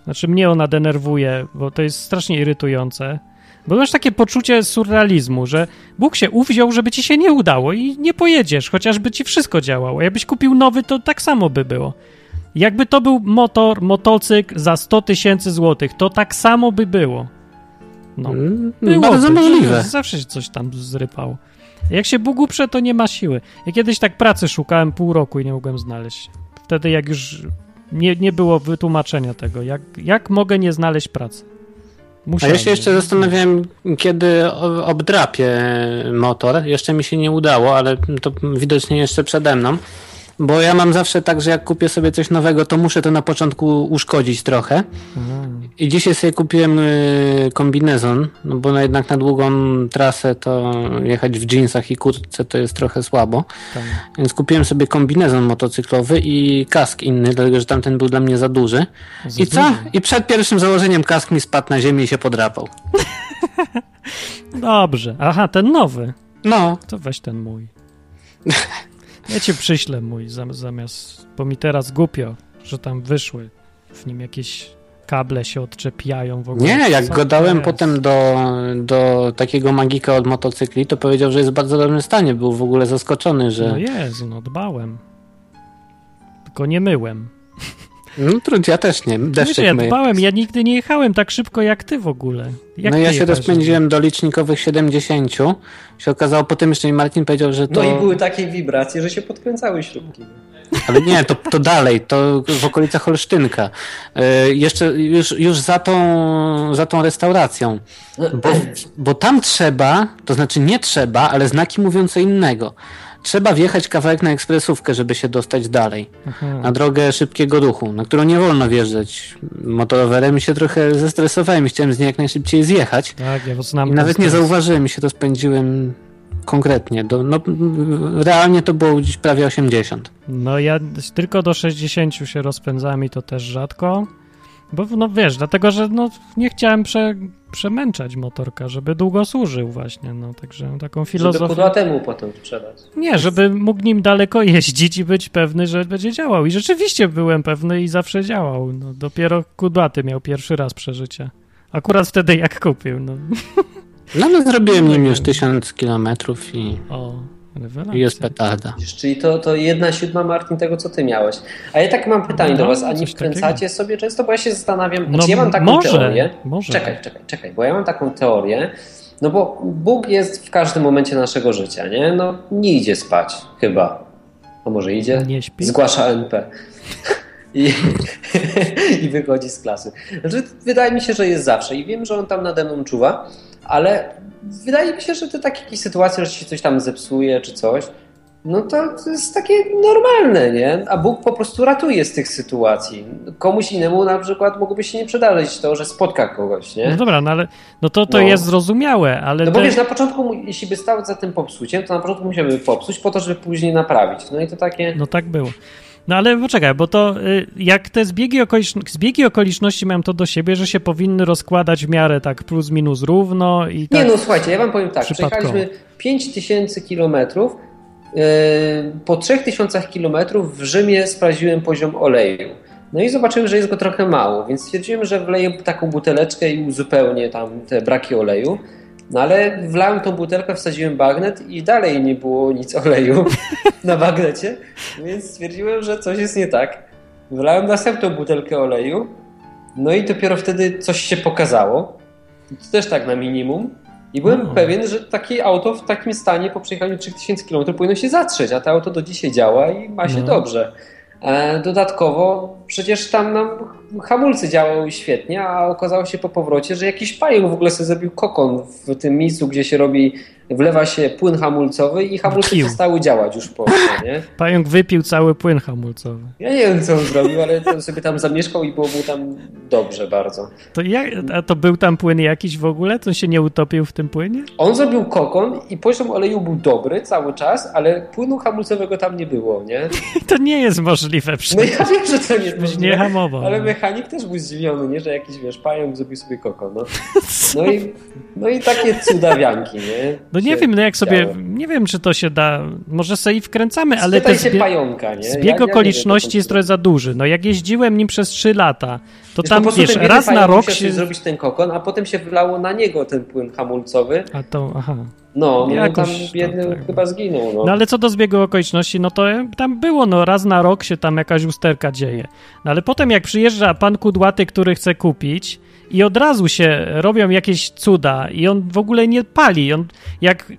S1: Znaczy mnie ona denerwuje, bo to jest strasznie irytujące. Bo masz takie poczucie surrealizmu, że Bóg się uwziął, żeby ci się nie udało i nie pojedziesz, chociażby ci wszystko działało. Jakbyś kupił nowy, to tak samo by było. Jakby to był motor, motocykl za 100 tysięcy złotych, to tak samo by było. No.
S3: Mm,
S1: Byłoby.
S3: Bardzo możliwe.
S1: Zawsze się coś tam zrypało. Jak się Bóg uprze, to nie ma siły. Ja kiedyś tak pracy szukałem pół roku i nie mogłem znaleźć. Wtedy jak już nie, nie było wytłumaczenia tego, jak, jak mogę nie znaleźć pracy.
S3: A
S1: Musiałem.
S3: ja się jeszcze zastanawiałem, kiedy o- obdrapię motor. Jeszcze mi się nie udało, ale to widocznie jeszcze przede mną. Bo ja mam zawsze tak, że jak kupię sobie coś nowego, to muszę to na początku uszkodzić trochę.
S1: Mm.
S3: I dzisiaj sobie kupiłem y, kombinezon, no bo no jednak na długą trasę to jechać w jeansach i kurtce to jest trochę słabo.
S1: Tam.
S3: Więc kupiłem sobie kombinezon motocyklowy i kask inny, dlatego że tamten był dla mnie za duży. I co?
S1: Mhm.
S3: I przed pierwszym założeniem kask mi spadł na ziemię i się podrapał.
S1: Dobrze. Aha, ten nowy.
S3: No,
S1: To weź ten mój. Ja ci przyślę mój zam- zamiast, bo mi teraz głupio, że tam wyszły w nim jakieś kable się odczepiają w ogóle.
S3: Nie, jak
S1: Co
S3: go
S1: to
S3: dałem
S1: jest?
S3: potem do, do takiego magika od motocykli, to powiedział, że jest w bardzo dobrym stanie. Był w ogóle zaskoczony,
S1: No
S3: że.
S1: Jezu, no dbałem. Tylko nie myłem.
S3: No trud, ja też nie.
S1: Wiesz,
S3: Deszczyk
S1: ja
S3: myję.
S1: dbałem, ja nigdy nie jechałem tak szybko jak ty w ogóle. Jak
S3: No ja
S1: ty
S3: się
S1: jechałeś?
S3: rozpędziłem do licznikowych 70. Się okazało, potem jeszcze mi Martin powiedział, że
S2: No
S3: to.
S2: i były takie wibracje, że się podkręcały śrubki.
S3: Ale nie, to, to dalej, to w okolicach Olsztynka. E, jeszcze już, już za, tą, za tą restauracją. Bo, bo tam trzeba, to znaczy nie trzeba, ale znaki mówią co innego. Trzeba wjechać kawałek na ekspresówkę, żeby się dostać dalej.
S1: Aha.
S3: na drogę szybkiego ruchu, na którą nie wolno wjeżdżać. Motorowerem się trochę zestresowałem i chciałem z niej jak najszybciej zjechać.
S1: Tak, ja znam
S3: I
S1: ten
S3: nawet nie
S1: stres.
S3: zauważyłem i się rozpędziłem konkretnie. Do, no, realnie to było gdzieś prawie 80.
S1: No ja tylko do 60 się rozpędzałem i to też rzadko. Bo no wiesz, dlatego że no, nie chciałem prze, przemęczać motorka, żeby długo służył właśnie, no także taką
S2: Żeby
S1: filozofię.
S2: kudłatemu potem sprzedać.
S1: Nie, żeby mógł nim daleko jeździć i być pewny, że będzie działał. I rzeczywiście byłem pewny i zawsze działał. No, dopiero kudłaty miał pierwszy raz przeżycie. Akurat wtedy jak kupił, no.
S3: No ale zrobiłem nim już 1000 kilometrów i,
S1: O,
S3: i jest
S1: rewelacja.
S3: petarda.
S2: Widzisz, Czyli to, to jedna siódma, Martin, tego co ty miałeś. A ja tak mam pytanie
S1: No,
S2: do was, a
S1: coś
S2: nie wkręcacie sobie często, bo ja się zastanawiam,
S1: No,
S2: znaczy ja mam taką
S1: może,
S2: teorię.
S1: może.
S2: Czekaj, czekaj, czekaj, bo ja mam taką teorię, no bo Bóg jest w każdym momencie naszego życia, nie? No nie idzie spać chyba. a może idzie?
S1: Nie śpi?
S2: Zgłasza NP. I, I wychodzi z klasy. Znaczy, wydaje mi się, że jest zawsze i wiem, że on tam nade mną czuwa, ale wydaje mi się, że te takie jakieś sytuacje, że się coś tam zepsuje czy coś, no to, to jest takie normalne, nie? A Bóg po prostu ratuje z tych sytuacji. Komuś innemu na przykład mogłoby się nie przydarzyć to, że spotka kogoś, nie?
S1: No dobra, no ale no to, to
S2: No.
S1: jest zrozumiałe, ale
S2: No bo
S1: te-
S2: wiesz, na początku, mu- jeśli by stał za tym popsuciem, to na początku musiałby popsuć po to, żeby później naprawić. No i to takie...
S1: No tak było. No ale poczekaj, bo to y, jak te zbiegi, okolicz... zbiegi okoliczności mają to do siebie, że się powinny rozkładać w miarę tak plus minus równo i tak.
S2: Nie no, słuchajcie, ja wam powiem tak.
S1: Przypadkowo.
S2: Przejechaliśmy 5000 kilometrów. Yy, Po 3000 kilometrów w Rzymie sprawdziłem poziom oleju. No i zobaczyłem, że jest go trochę mało, więc stwierdziłem, że wleję taką buteleczkę i uzupełnię tam te braki oleju. No ale wlałem tą butelkę, wsadziłem bagnet i dalej nie było nic oleju na bagnecie, więc stwierdziłem, że coś jest nie tak. Wlałem następną butelkę oleju, no i dopiero wtedy coś się pokazało. To też tak na minimum. I byłem
S1: No.
S2: pewien, że takie auto w takim stanie po przejechaniu 3000 km powinno się zatrzeć, a to auto do dzisiaj działa i ma się
S1: No.
S2: dobrze. E, Dodatkowo przecież tam nam hamulce działały świetnie, a okazało się po powrocie, że jakiś pająk w ogóle sobie zrobił kokon w tym miejscu, gdzie się robi, wlewa się płyn hamulcowy i hamulce
S1: Kił.
S2: przestały działać już po Polsce, nie?
S1: Pająk wypił cały płyn hamulcowy.
S2: Ja nie wiem, co on zrobił, ale to sobie tam zamieszkał i było mu tam dobrze bardzo.
S1: To jak, a to był tam płyn jakiś w ogóle? To on się nie utopił w tym płynie?
S2: On zrobił kokon i poziom oleju był dobry cały czas, ale płynu hamulcowego tam nie było, nie?
S1: To nie jest możliwe
S2: No
S1: przecież.
S2: ja wiem, że to nie
S1: Byś
S2: jest
S1: nie hamował. no.
S2: Ale mechanik też był zdziwiony, nie? Że jakiś, wiesz, pająk zrobił sobie kokon, no. No i, no i takie cudawianki, nie?
S1: No nie
S2: Się
S1: wiem, no jak sobie,
S2: działo.
S1: nie wiem czy to się da, może sobie wkręcamy, ale
S2: Spytaj
S1: te
S2: się
S1: zbie-
S2: pająka, nie? Ja- ja
S1: zbieg
S2: nie wiem,
S1: okoliczności
S2: co
S1: jest
S2: tam-
S1: trochę za duży. No jak jeździłem nim przez 3 lata, to
S2: Wiesz, po
S1: tam
S2: prostu
S1: wiesz,
S2: ten biedny
S1: raz na
S2: pająk
S1: rok
S2: musiał sobie
S1: się...
S2: zrobić ten kokon, a potem się wlało na niego ten płyn hamulcowy.
S1: A to, aha.
S2: No, no
S1: Jakoś
S2: tam
S1: to
S2: biedny
S1: tak.
S2: chyba zginął, no.
S1: No ale co do zbiegu okoliczności, no to e, tam było, no raz na rok się tam jakaś usterka dzieje. No ale potem jak przyjeżdża pan kudłaty, który chce kupić i od razu się robią jakieś cuda i on w ogóle nie pali. On, jak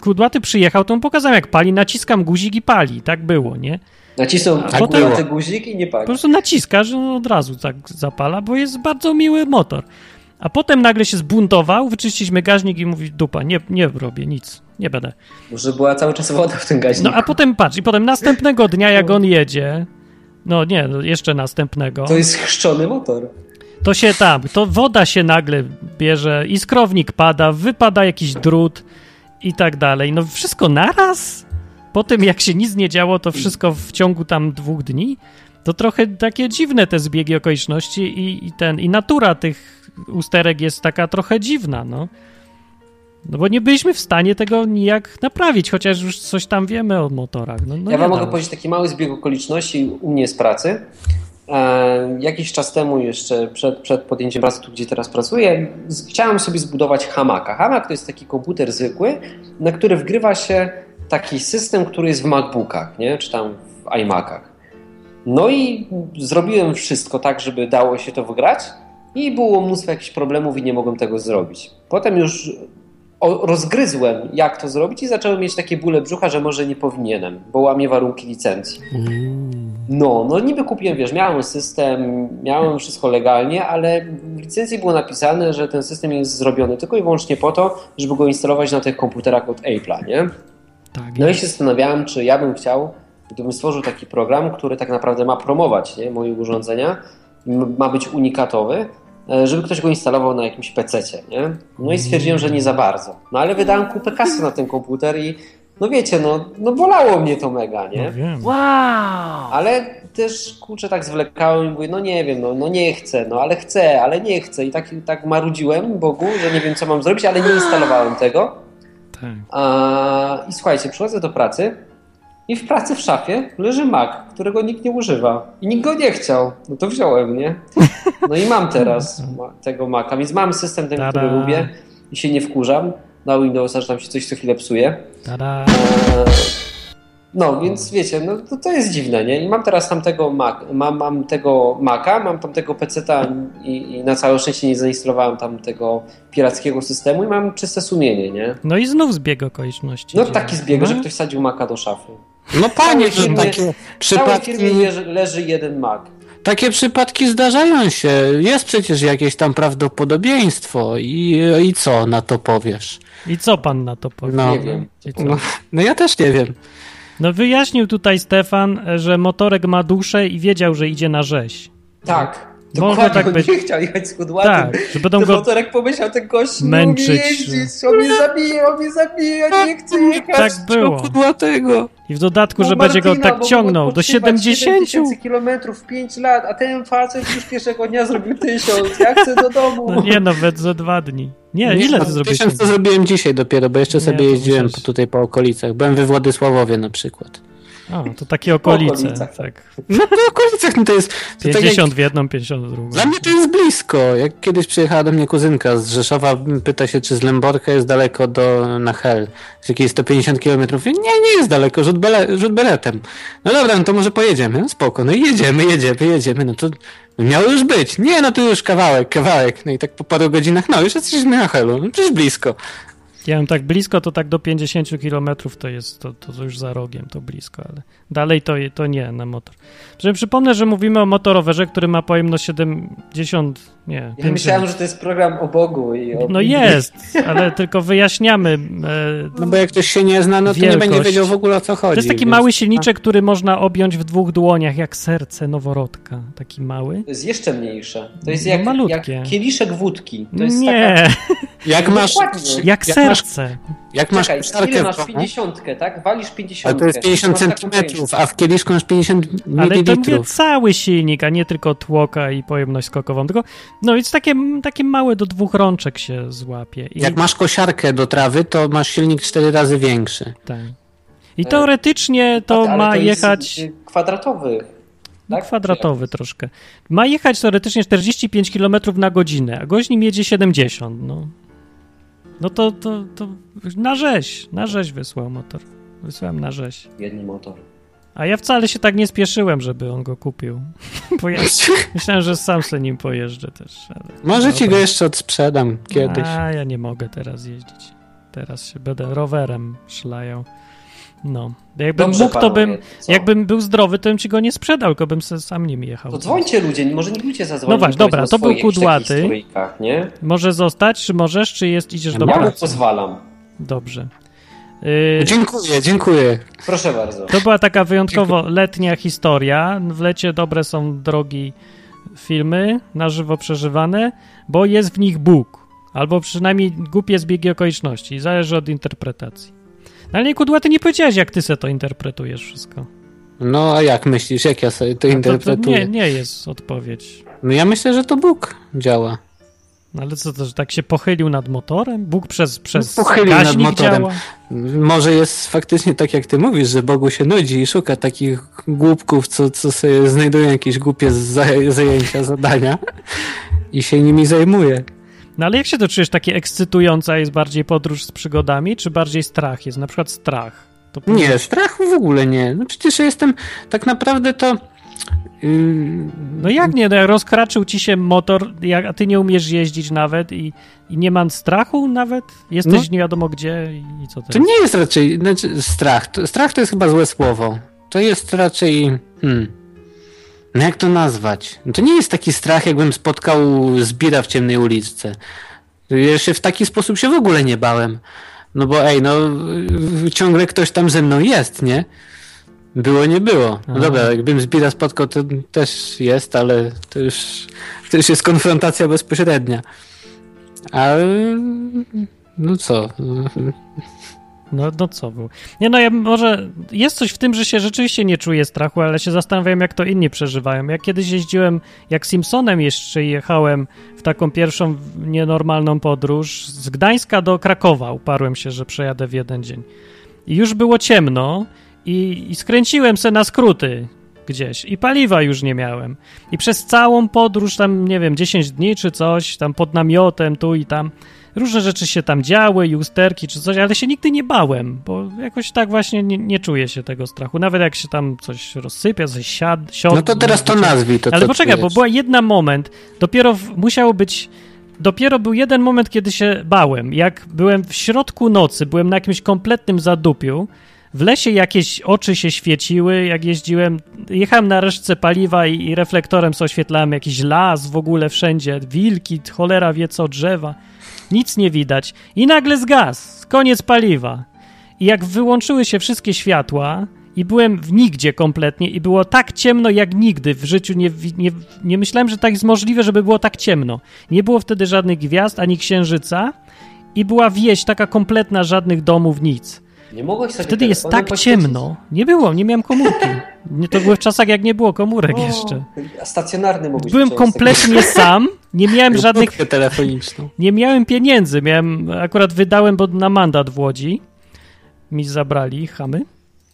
S1: kudłaty przyjechał, to mu pokazałem jak pali, naciskam guzik i pali. Tak było, nie?
S2: Nacisnął
S1: A
S2: tak
S1: potem-
S2: akurat ten guzik i nie
S1: Po
S2: pali.
S1: prostu naciska, że on od razu tak zapala, bo jest bardzo miły motor. A potem nagle się zbuntował, wyczyściliśmy gaźnik i mówi dupa, nie, nie robię nic, nie będę.
S2: Może była cały czas woda w tym gaźniku.
S1: No a potem patrz, i potem następnego dnia, jak on jedzie, no nie, no jeszcze następnego,
S2: To jest chrzczony motor.
S1: to się tam, to woda się nagle bierze, iskrownik pada, wypada jakiś drut i tak dalej. No wszystko naraz? Po tym, jak się nic nie działo, to wszystko w ciągu tam dwóch dni? To trochę takie dziwne te zbiegi okoliczności i, i ten, i natura tych usterek jest taka trochę dziwna, no. No bo nie byliśmy w stanie tego nijak naprawić, chociaż już coś tam wiemy o motorach. No, no
S2: ja
S1: nie
S2: wam
S1: dało
S2: mogę
S1: się.
S2: powiedzieć taki mały zbieg okoliczności u mnie z pracy. E, jakiś czas temu jeszcze, przed, przed podjęciem pracy tu, gdzie teraz pracuję, z, chciałem sobie zbudować hamaka. Hamak to jest taki komputer zwykły, na który wgrywa się taki system, który jest w MacBookach, nie? czy tam w iMacach. No i zrobiłem wszystko tak, żeby dało się to wgrać i było mnóstwo jakichś problemów i nie mogłem tego zrobić. Potem już o, rozgryzłem, jak to zrobić i zacząłem mieć takie bóle brzucha, że może nie powinienem, bo łamie warunki licencji.
S1: Mm.
S2: No, no niby kupiłem, wiesz, miałem system, miałem wszystko legalnie, ale w licencji było napisane, że ten system jest zrobiony tylko i wyłącznie po to, żeby go instalować na tych komputerach od Apple'a, nie?
S1: Tak,
S2: No i
S1: jest.
S2: się zastanawiałem, czy ja bym chciał, gdybym stworzył taki program, który tak naprawdę ma promować nie, moje urządzenia, m- ma być unikatowy, e, żeby ktoś go instalował na jakimś pececie, nie? No i stwierdziłem, że nie za bardzo. No ale wydałem kupę kasy na ten komputer i no wiecie, no, no bolało mnie to mega,
S1: no
S2: nie?
S1: wiem.
S2: Ale też kurczę tak zwlekałem i mówię, no nie wiem, no, no nie chcę, no ale chcę, ale nie chcę. I tak, tak marudziłem Bogu, że nie wiem co mam zrobić, ale nie instalowałem tego.
S1: Tak.
S2: A, I słuchajcie, przychodzę do pracy i w pracy w szafie leży Mac, którego nikt nie używa. I nikt go nie chciał. No to wziąłem, nie? No i mam teraz ma- tego Maca, więc mam system ten, który
S1: Tada.
S2: lubię i się nie wkurzam na Windowsa, że tam się coś co chwilę psuje.
S1: Tada.
S2: Eee, No, więc wiecie, no to, to jest dziwne, nie? I mam teraz tamtego Mac, mam, mam tego Maca, mam tamtego PC-ta i, i na całe szczęście nie zainstalowałem tamtego pirackiego systemu i mam czyste sumienie, nie?
S1: No i znów zbieg okoliczności.
S2: No
S1: dziwny.
S2: taki zbieg,
S1: No.
S2: że ktoś sadził maka do szafy.
S3: No panie, to
S2: firmie-
S3: takie
S2: W całej
S3: przypadki,
S2: firmie leży, leży jeden mag.
S3: takie przypadki zdarzają się. Jest przecież jakieś tam prawdopodobieństwo i, i co na to powiesz?
S1: I co pan na to powie?
S3: No.
S2: Nie wiem.
S1: I co?
S3: No, no ja też nie wiem.
S1: No wyjaśnił tutaj Stefan, że motorek ma duszę i wiedział, że idzie na rzeź.
S2: Tak.
S1: Może
S2: Dokładnie,
S1: tak
S2: on
S1: być.
S2: nie chciał jechać z kudłatem.
S1: Tak, że będą
S2: Ten
S1: go...
S2: motorek pomyślał, ten gość
S1: męczyć,
S2: męczyć. nie umie jeździć, on mnie zabije, on mnie zabije, ja nie chcę jechać.
S1: Tak
S3: No,
S1: było.
S3: Kudłatego.
S1: I w dodatku, że będzie go tak ciągnął do 70.
S2: kilometrów 5 lat, a ten facet już pierwszego dnia zrobił 1000, ja chcę do domu.
S1: No nie nawet za dwa dni. Nie, ile ty zrobisz?
S3: no, Tysiąc to zrobiłem dzisiaj dopiero, bo jeszcze
S1: Nie,
S3: sobie
S1: to
S3: jeździłem
S1: musiałeś-
S3: tutaj po okolicach. Byłem we Władysławowie na przykład.
S1: A, to takie okolice.
S2: okolicach.
S1: Tak.
S3: No po okolicach no to jest... To tak jak-
S1: 50 w jedną, 50 w drugą.
S3: Dla mnie to jest blisko. Jak kiedyś przyjechała do mnie kuzynka z Rzeszowa, pyta się, czy z Lęborka jest daleko do na Hel. Czy jakieś 150 km? Nie, nie jest daleko, rzut, bele, rzut beretem. No dobra, no to może pojedziemy. No spoko, no i jedziemy, jedziemy, jedziemy. No to miało już być. Nie, no to już kawałek, kawałek. No i tak po paru godzinach, no już jesteśmy na Helu. No przecież blisko.
S1: Ja wiem, tak blisko to tak do 50 kilometrów to jest, to, to już za rogiem to blisko, ale dalej to, to nie na motor. Przy, przypomnę, że mówimy o motorowerze, który ma pojemność 70, nie,
S2: Ja
S1: 50.
S2: myślałem, że to jest program o Bogu i o...
S1: No
S2: i-
S1: jest, ale tylko wyjaśniamy. e,
S3: No bo jak ktoś się nie zna, no to nie
S1: Wielkość.
S3: będzie wiedział w ogóle o co chodzi.
S1: To jest taki
S3: więc-
S1: mały silniczek, który można objąć w dwóch dłoniach, jak serce noworodka. Taki mały.
S2: To jest jeszcze mniejsze. To jest
S1: No
S2: jak, jak
S1: malutkie.
S2: kieliszek wódki. To jest taka...
S1: Nie,
S3: Jak masz,
S2: Dokładnie.
S1: jak
S3: jak masz,
S1: serce.
S3: jak masz
S2: Czekaj,
S3: pisarkę
S2: ile
S3: w
S2: masz?
S3: domu,
S2: 50, tak? Walisz 50.
S3: Ale to jest 50
S2: Masz taką pojemność.
S3: centymetrów, a w kieliszku masz 50
S1: Ale to
S3: mililitrów.
S1: mówię cały silnik, a nie tylko tłoka i pojemność skokową. Tylko, no więc takie, takie małe do dwóch rączek się złapie. I,
S3: Jak masz kosiarkę do trawy, to masz silnik 4 razy większy.
S1: tak. I teoretycznie to
S2: tak, Ale
S1: ma
S2: jest,
S1: jechać
S2: y, Kwadratowy.
S1: no,
S2: tak?
S1: kwadratowy troszkę. Ma jechać teoretycznie 45 km na godzinę, a gość nim jedzie 70. No, no to, to, to na rzeź, na rzeź wysłał motor. Wysłałem na rzeź.
S2: Jedni motor.
S1: A ja wcale się tak nie spieszyłem, żeby on go kupił. Bo ja myślałem, że sam sobie nim pojeżdżę też. Ale...
S3: Może ci
S1: Dobra.
S3: go jeszcze odsprzedam kiedyś.
S1: A ja nie mogę teraz jeździć. Teraz się będę rowerem szlajał. No. Jakbym
S2: Dobrze,
S1: mógł, to
S2: panowie,
S1: bym.
S2: co?
S1: Jakbym był zdrowy, to bym ci go nie sprzedał, tylko bym se sam nim jechał.
S2: To dzwońcie ludzie, może nie ludzie zadzwonić.
S1: No właśnie, dobra, to był kudłaty.
S2: Nie?
S1: Może zostać, czy możesz, czy jest, idziesz do
S2: Ja mu
S1: pracy?
S2: pozwalam.
S1: Dobrze. Yy,
S3: Dziękuję, dziękuję.
S2: Proszę bardzo.
S1: to była taka wyjątkowo letnia historia. W lecie dobre są drogi filmy na żywo przeżywane, bo jest w nich Bóg. Albo przynajmniej głupie zbiegi okoliczności. Zależy od interpretacji. No ale nie, Kudła, ty nie powiedziałeś, jak ty se to interpretujesz wszystko.
S3: No a jak myślisz, jak ja sobie to
S1: No to- to
S3: interpretuję?
S1: nie, nie jest odpowiedź.
S3: No ja myślę, że to Bóg działa.
S1: No ale co to, że tak się pochylił nad motorem? Bóg przez, przez
S3: No, pochylił nad
S1: gaźnik
S3: motorem.
S1: działa?
S3: Może jest faktycznie tak, jak ty mówisz, że Bogu się nudzi i szuka takich głupków, co, co sobie znajdują jakieś głupie za- zajęcia, zadania i się nimi zajmuje.
S1: No ale jak się to czujesz, takie ekscytująca jest bardziej podróż z przygodami, czy bardziej strach jest? Na przykład strach. To
S3: Nie, strachu w ogóle nie. No przecież ja jestem, tak naprawdę to... yy, ym,
S1: No jak nie? No, jak rozkraczył ci się motor, jak, a ty nie umiesz jeździć nawet i, i nie mam strachu nawet? Jesteś nie wiadomo gdzie i, i co
S3: No. To
S1: teraz?
S3: nie jest raczej znaczy, strach. To- Strach to jest chyba złe słowo. To jest raczej. Hmm. No jak to nazwać? No To nie jest taki strach, jakbym spotkał zbira w ciemnej uliczce. Ja się w taki sposób się w ogóle nie bałem. No bo ej, no y, ciągle ktoś tam ze mną jest, nie? Było, nie było. No
S1: Aha.
S3: dobra, jakbym zbira spotkał, to też jest, ale to już, to już jest konfrontacja bezpośrednia. Ale no co?
S1: No, no co był? Nie no, ja może... Jest coś w tym, że się rzeczywiście nie czuję strachu, ale się zastanawiam, jak to inni przeżywają. Ja kiedyś jeździłem, jak Simpsonem jeszcze jechałem w taką pierwszą nienormalną podróż. Z Gdańska do Krakowa uparłem się, że przejadę w jeden dzień. I już było ciemno i, i skręciłem se na skróty gdzieś i paliwa już nie miałem. I przez całą podróż tam, nie wiem, 10 dni czy coś, tam pod namiotem, tu i tam, różne rzeczy się tam działy i usterki czy coś, ale się nigdy nie bałem, bo jakoś tak właśnie nie, nie czuję się tego strachu. Nawet jak się tam coś rozsypia, coś siad, siod,
S3: No to teraz to nazwij to,
S1: ale
S3: co
S1: poczekaj, bo
S3: czujesz.
S1: była jedna moment, dopiero w, musiało być. Dopiero był jeden moment, kiedy się bałem. Jak byłem w środku nocy, byłem na jakimś kompletnym zadupiu, W lesie jakieś oczy się świeciły, jak jeździłem. Jechałem na resztce paliwa i, i reflektorem sobie oświetlałem jakiś las w ogóle wszędzie. Wilki, cholera wie co, drzewa. Nic nie widać. I nagle zgas. Koniec paliwa. I jak wyłączyły się wszystkie światła i byłem w nigdzie kompletnie i było tak ciemno jak nigdy w życiu, nie, wi- nie, nie myślałem, że tak jest możliwe, żeby było tak ciemno. Nie było wtedy żadnych gwiazd ani księżyca i była wieś taka kompletna, żadnych domów, nic.
S2: Nie mogłeś sobie
S1: Wtedy jest
S2: telefonem
S1: tak
S2: poświecić?
S1: ciemno. Nie było, nie miałem komórki. Nie, to były w czasach, jak nie było komórek
S2: O,
S1: jeszcze.
S2: a Stacjonarny mógłbyś
S1: Byłem
S2: wyciągnąć z tego.
S1: kompletnie sam, nie miałem żadnych
S3: Żadnych telefoniczną.
S1: nie miałem pieniędzy, miałem, akurat wydałem, bo na mandat w Łodzi mi zabrali chamy.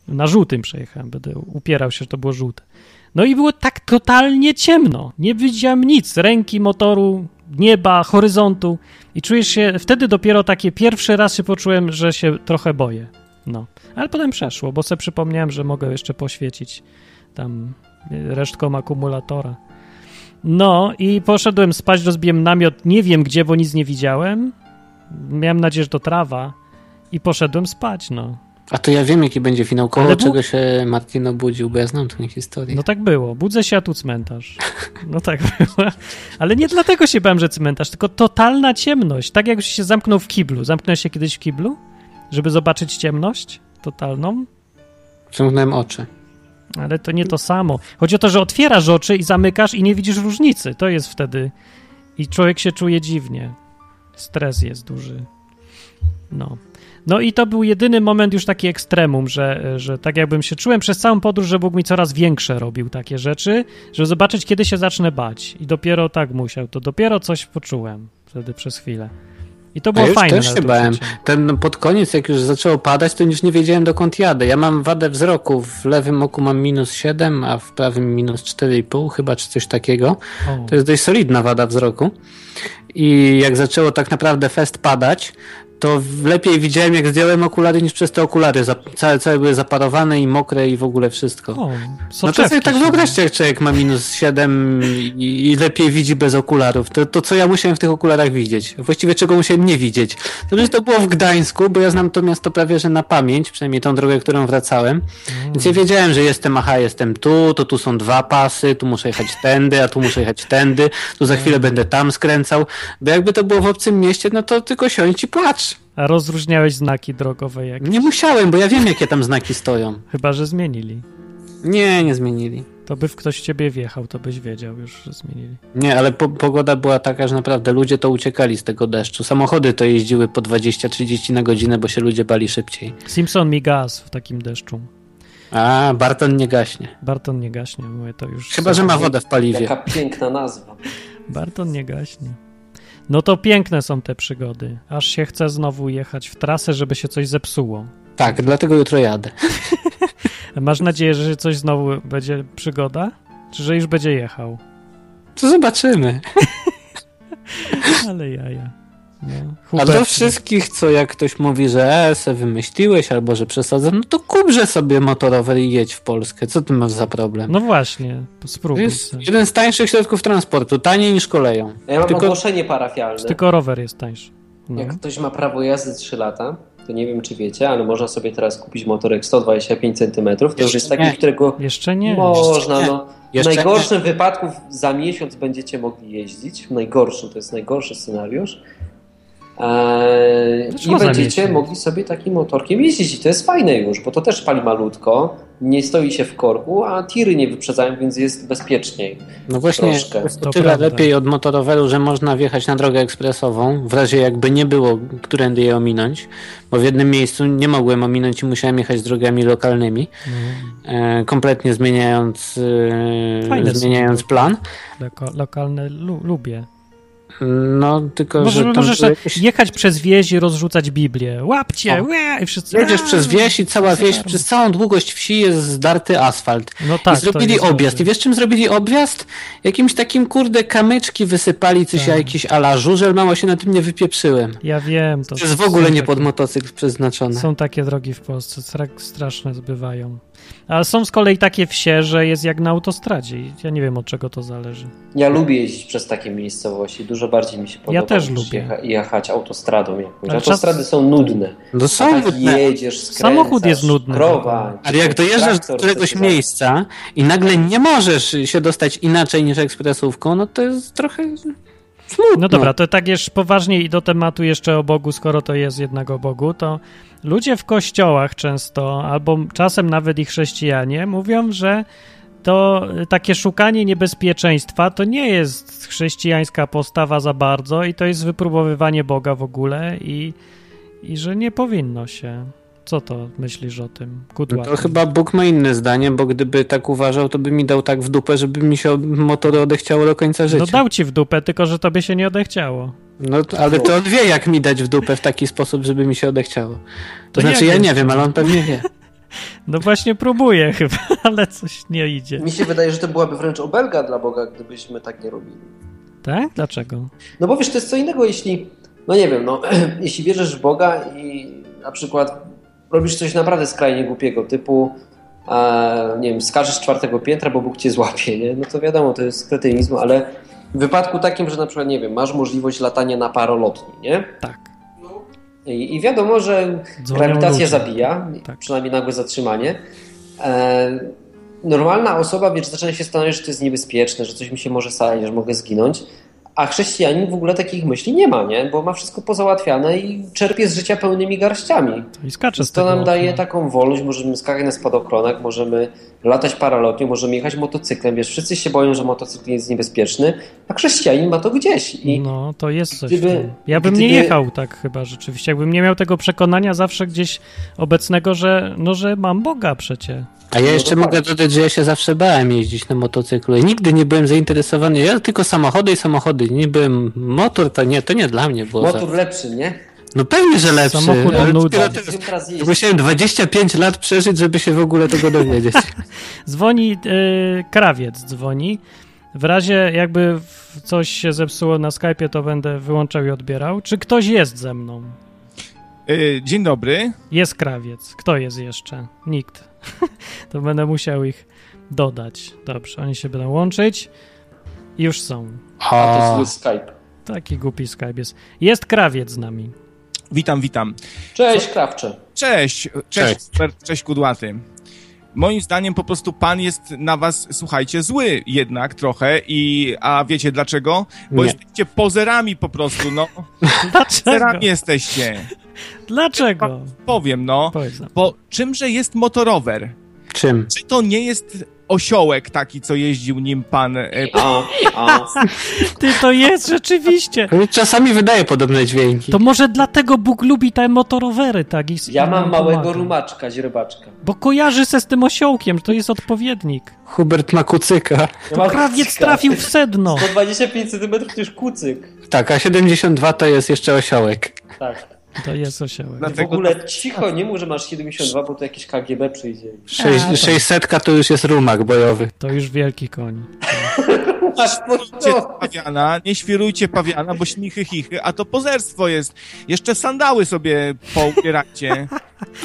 S1: Na żółtym przejechałem, będę upierał się, że to było żółte. No i było tak totalnie ciemno. Nie widziałem nic, ręki, motoru, nieba, horyzontu. I czujesz się, wtedy dopiero takie pierwszy raz się poczułem, że się trochę boję. No, ale potem przeszło, bo sobie przypomniałem, że mogę jeszcze poświecić tam resztką akumulatora. No i poszedłem spać, rozbiłem namiot, nie wiem gdzie, bo nic nie widziałem. Miałem nadzieję, że to trawa i poszedłem spać, no.
S3: A to ja wiem, jaki będzie finał, koło
S1: Ale bu-
S3: czego się Martin obudził, bo ja znam tę historię.
S1: No tak było. Budzę się, a tu cmentarz. No tak było. Ale nie dlatego się bałem, że cmentarz, tylko totalna ciemność. Tak jakbyś się zamknął w kiblu. Zamknąłeś się kiedyś w kiblu, żeby zobaczyć ciemność totalną?
S3: Przymknąłem oczy.
S1: Ale to nie to samo. Chodzi o to, że otwierasz oczy i zamykasz i nie widzisz różnicy. To jest wtedy. I człowiek się czuje dziwnie. Stres jest duży. No. No i to był jedyny moment już taki ekstremum, że, że tak jakbym się czułem przez całą podróż, że Bóg mi coraz większe robił takie rzeczy, żeby zobaczyć, kiedy się zacznę bać. I dopiero tak musiał. To dopiero coś poczułem wtedy przez chwilę. I to było
S3: już
S1: fajne.
S3: też
S1: na
S3: się
S1: to
S3: bałem.
S1: przeżycie.
S3: Ten no, pod koniec, jak już zaczęło padać, to już nie wiedziałem dokąd jadę. Ja mam wadę wzroku. W lewym oku mam minus 7, a w prawym minus 4,5 chyba, czy coś takiego.
S1: O.
S3: To jest dość solidna wada wzroku. I jak zaczęło tak naprawdę fest padać, to w- lepiej widziałem, jak zdjąłem okulary, niż przez te okulary. Zap- Całe, całe były zaparowane i mokre i w ogóle wszystko.
S1: O,
S3: No to sobie
S1: soczewki
S3: tak
S1: się-
S3: wyobraźcie, jak człowiek ma minus 7 i, i lepiej widzi bez okularów. To, to co ja musiałem w tych okularach widzieć? Właściwie czego musiałem nie widzieć? To przecież to było w Gdańsku, bo ja znam to miasto prawie, że na pamięć, przynajmniej tą drogę, którą wracałem. Więc ja wiedziałem, że jestem, aha, jestem tu, to tu są dwa pasy, tu muszę jechać tędy, a tu muszę jechać tędy, tu za chwilę będę tam skręcał. Bo jakby to było w obcym mieście, no to tylko siądź i płacz.
S1: A rozróżniałeś znaki drogowe jak.
S3: Nie musiałem, bo ja wiem, jakie tam znaki stoją.
S1: Chyba, że zmienili.
S3: Nie, nie zmienili.
S1: To by w ktoś w ciebie wjechał, to byś wiedział już, że zmienili.
S3: Nie, ale po, pogoda była taka, że naprawdę ludzie to uciekali z tego deszczu. Samochody to jeździły po 20-30 na godzinę, bo się ludzie bali szybciej.
S1: Simpson mi gaz w takim deszczu.
S3: A, Barton nie gaśnie.
S1: Barton nie gaśnie, mówię to już.
S3: Chyba, że ma wodę w paliwie.
S2: Jaka piękna nazwa.
S1: Barton nie gaśnie. No to piękne są te przygody. Aż się chce znowu jechać w trasę, żeby się coś zepsuło.
S3: Tak, dlatego jutro jadę.
S1: Masz nadzieję, że coś znowu będzie przygoda? Czy że już będzie jechał?
S3: To zobaczymy.
S1: Ale jaja. No.
S3: A
S1: Hubert,
S3: do wszystkich, co jak ktoś mówi, że e, se wymyśliłeś albo że przesadzam, no to kupże sobie motorower i jedź w Polskę. Co ty masz za problem?
S1: No właśnie,
S3: to
S1: spróbuj.
S3: jest
S1: se.
S3: jeden z tańszych środków transportu, taniej niż koleją.
S2: Ja mam
S3: Tylko-
S2: ogłoszenie parafialne.
S1: Tylko rower jest tańszy. No.
S2: Jak ktoś ma prawo jazdy 3 lata, to nie wiem czy wiecie, ale można sobie teraz kupić motorek 125 cm. To już jest
S3: Jeszcze nie.
S2: taki, którego
S1: Jeszcze nie.
S2: można.
S3: Jeszcze
S2: No. W
S3: Jeszcze
S2: najgorszym wypadku za miesiąc będziecie mogli jeździć. W najgorszym, to jest najgorszy scenariusz. Eee,
S1: Dlaczego
S2: I
S1: za
S2: będziecie
S1: miesiąc?
S2: mogli sobie takim motorkiem jeździć. I to jest fajne już, bo to też pali malutko, nie stoi się w korku, a tiry nie wyprzedzają, więc jest bezpieczniej.
S3: No właśnie,
S2: Troszkę.
S3: to
S1: To
S3: tyle
S1: prawda.
S3: lepiej od motoroweru, że można wjechać na drogę ekspresową, w razie jakby nie było, którędy je ominąć, bo w jednym miejscu nie mogłem ominąć i musiałem jechać drogami lokalnymi,
S1: No.
S3: e, kompletnie zmieniając, e,
S1: Fajne są.
S3: zmieniając plan.
S1: Loko, lokalne lu, lubię.
S3: No tylko,
S1: Może,
S3: że tam
S1: możesz
S3: były jakieś-
S1: jechać przez wieś i rozrzucać Biblię. Łapcie!
S3: O.
S1: Łe! I wszyscy.
S3: Jedziesz
S1: a,
S3: przez wieś i cała
S1: super.
S3: wieś, przez całą długość wsi jest zdarty asfalt.
S1: No tak.
S3: I zrobili objazd. I wiesz czym zrobili objazd? Jakimś takim kurde kamyczki wysypali coś,
S1: Tak.
S3: ja jakiś ala żużel, mało się na tym nie wypieprzyłem.
S1: Ja wiem. To
S3: To jest w ogóle
S1: są
S3: nie
S1: takie-
S3: pod motocykl przeznaczone.
S1: Są takie drogi w Polsce, stra- straszne bywają. A są z kolei takie wsie, że jest jak na autostradzie. i Ja nie wiem, od czego to zależy.
S2: Ja lubię jeździć przez takie miejscowości, dużo bardziej mi się podoba.
S1: też
S2: niż
S1: lubię.
S2: jecha- jechać autostradą jakąś.
S1: Ale
S2: Autostrady
S1: czas-
S2: są nudne.
S3: No
S2: A
S3: są
S2: tak
S3: wytne.
S2: jedziesz, skręcasz,
S1: Samochód jest nudny.
S2: krowa.
S3: Ale jak dojeżdżasz do
S2: traktor tak.
S3: któregoś
S2: chce
S3: miejsca i nagle nie możesz się dostać inaczej niż ekspresówką, no to jest trochę smutno.
S1: No dobra, to tak jeszcze poważniej i do tematu jeszcze o Bogu, skoro to jest jednak o Bogu, to ludzie w kościołach często, albo czasem nawet i chrześcijanie, mówią, że to y, takie szukanie niebezpieczeństwa to nie jest chrześcijańska postawa za bardzo i to jest wypróbowywanie Boga w ogóle i, i że nie powinno się. Co to myślisz o tym,
S3: No
S1: Kudła?
S3: to chyba Bóg ma inne zdanie, bo gdyby tak uważał, to by mi dał tak w dupę, żeby mi się motory odechciało do końca życia.
S1: No dał ci w dupę, tylko że tobie się nie odechciało.
S3: No, to- ale to on wie, jak mi dać w dupę w taki sposób, żeby mi się odechciało. To,
S1: To
S3: znaczy,
S1: jak
S3: ja
S1: jest?
S3: nie wiem, ale on pewnie wie.
S1: No właśnie próbuję chyba, ale coś nie idzie.
S2: Mi się wydaje, że to byłaby wręcz obelga dla Boga, gdybyśmy tak nie robili.
S1: Tak? Dlaczego?
S2: No bo wiesz, to jest co innego, jeśli, no nie wiem, no, jeśli wierzysz w Boga i na przykład robisz coś naprawdę skrajnie głupiego, typu, e, nie wiem, skażesz czwartego piętra, bo Bóg cię złapie, nie? No to wiadomo, to jest kretynizm, ale w wypadku takim, że na przykład, nie wiem, masz możliwość latania na parolotni, nie?
S1: Tak.
S2: I, i wiadomo, że
S1: Dzwonią
S2: Grawitacja
S1: ludzie.
S2: zabija,
S1: Tak.
S2: przynajmniej nagłe zatrzymanie. E, normalna osoba, wiesz, zaczyna się zastanawiać, że to jest niebezpieczne, że coś mi się może stać, że mogę zginąć. A chrześcijanin w ogóle takich myśli nie ma, nie? Bo ma wszystko pozałatwiane i czerpie z życia pełnymi garściami.
S1: I skacze z
S2: To
S1: tego
S2: nam
S1: okna.
S2: daje taką wolność, możemy skakać na spadochronach, możemy latać paralotnią, możemy jechać motocyklem. Wiesz, wszyscy się boją, że motocykl jest niebezpieczny, a chrześcijanin ma to gdzieś. I
S1: No, to jest coś.
S2: Gdyby-
S1: w tym. ja bym nie
S2: gdyby-
S1: jechał tak chyba rzeczywiście. Jakbym nie miał tego przekonania zawsze gdzieś obecnego, że no, że mam Boga przecie.
S3: A ja jeszcze
S2: No
S3: mogę
S1: tak.
S3: dodać, że ja się zawsze bałem jeździć na motocyklu i nigdy nie byłem zainteresowany. Ja tylko samochody i samochody. Nie byłem motor, to nie, to nie dla mnie było. Za...
S2: motor lepszy, nie?
S3: No pewnie, że lepszy.
S1: Samochód
S3: ale
S1: nuda.
S3: dopiero teraz-
S2: Teraz jeździ.
S3: Musiałem 25 lat przeżyć, żeby się w ogóle tego dowiedzieć.
S1: Dzwoni y, krawiec, dzwoni. W razie jakby w- coś się zepsuło na Skype'ie, to będę wyłączał i odbierał. Czy ktoś jest ze mną?
S4: Y, Dzień dobry.
S1: Jest krawiec. Kto jest jeszcze? Nikt. to będę musiał ich dodać. Dobrze, oni się będą łączyć. Już są.
S2: A to
S3: O,
S2: jest zły Skype.
S1: Taki głupi Skype jest. Jest krawiec z nami.
S4: Witam, witam.
S2: Cześć, krawcze.
S4: Cześć, cześć,
S3: Cześć.
S4: Hubert, cześć Kudłaty. Moim zdaniem po prostu pan jest na was, słuchajcie, zły jednak trochę i, a wiecie dlaczego? Bo
S3: Nie.
S4: jesteście pozerami po prostu, no.
S1: Dlaczego?
S4: Pozerami jesteście.
S1: Dlaczego?
S4: Powiem, no.
S1: Powiedz nam.
S4: Bo czymże jest motorower?
S3: czym?
S4: Czy to nie jest osiołek taki, co jeździł nim pan? e,
S2: A, a.
S1: Ty to jest rzeczywiście.
S3: Czasami wydaje podobne dźwięki.
S1: To może dlatego Bóg lubi te motorowery, tak? I
S2: Ja mam małego
S1: pomaga.
S2: rumaczka, źrebaczka.
S1: Bo kojarzy se z tym osiołkiem, to jest odpowiednik.
S3: Hubert ma kucyka.
S2: Ja
S1: To
S2: mam
S1: krawiec
S2: kucyka.
S1: trafił w sedno.
S2: Po 25 cm niż kucyk.
S3: Tak, a 72 to jest jeszcze osiołek.
S2: Tak.
S1: To jest osiołek.
S4: Dla-
S2: I w
S4: Dlatego
S2: ogóle cicho, nie mów, że masz 72, bo to jakieś KGB przyjdzie.
S1: A,
S3: Sześć-
S1: tak.
S3: 600 to już jest rumak bojowy.
S1: To już wielki koń.
S2: Masz
S4: Świrujcie pawiana, nie świrujcie pawiana, bo śmichy chichy, a to pozerstwo jest. Jeszcze sandały sobie poubierajcie.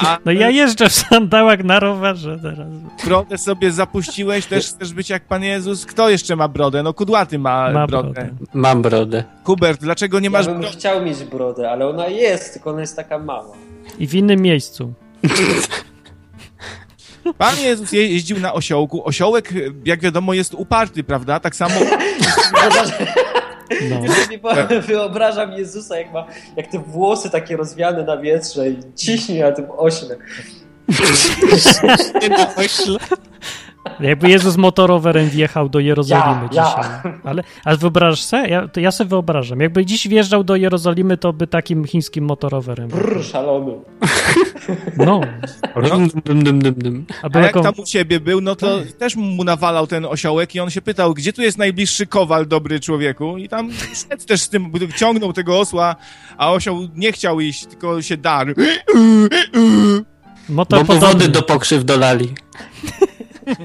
S4: A
S1: No ja jeżdżę w sandałach na rowerze teraz.
S4: brodę sobie zapuściłeś, też chcesz być jak Pan Jezus. Kto jeszcze ma brodę? No kudłaty ma,
S1: Ma
S4: brodę.
S1: brodę.
S3: Mam brodę.
S4: Hubert, dlaczego nie
S2: Ja
S4: masz
S2: bym
S4: brody?
S2: chciał mieć brodę, ale ona jest, tylko ona jest taka mała.
S1: I w innym miejscu.
S4: Pan Jezus je- jeździł na osiołku. Osiołek, jak wiadomo, jest uparty, prawda? Tak samo
S1: No.
S2: Jeżeli bo- wyobrażam Jezusa, jak ma jak te włosy takie rozwiane na wietrze i ciśnie na tym ośle. Tak.
S1: Jakby Jezus motorowerem wjechał do Jerozolimy
S2: Ja,
S1: dzisiaj.
S2: ja.
S1: Ale, ale wyobrażasz se? Ja, to ja sobie wyobrażam. Jakby dziś wjeżdżał do Jerozolimy, to by takim chińskim motorowerem.
S2: Brr, szalony.
S1: No.
S3: Dum, dum, dum, dum, dum.
S1: A
S4: A
S1: był
S4: jak
S1: jako...
S4: tam u ciebie był, no to też mu nawalał ten osiołek i on się pytał, gdzie tu jest najbliższy kowal, dobry człowieku? I tam szedł też z tym, ciągnął tego osła, a osioł nie chciał iść, tylko się darł.
S1: motor
S3: Bo mu
S1: podobny.
S3: wody do pokrzyw dolali.
S4: Nie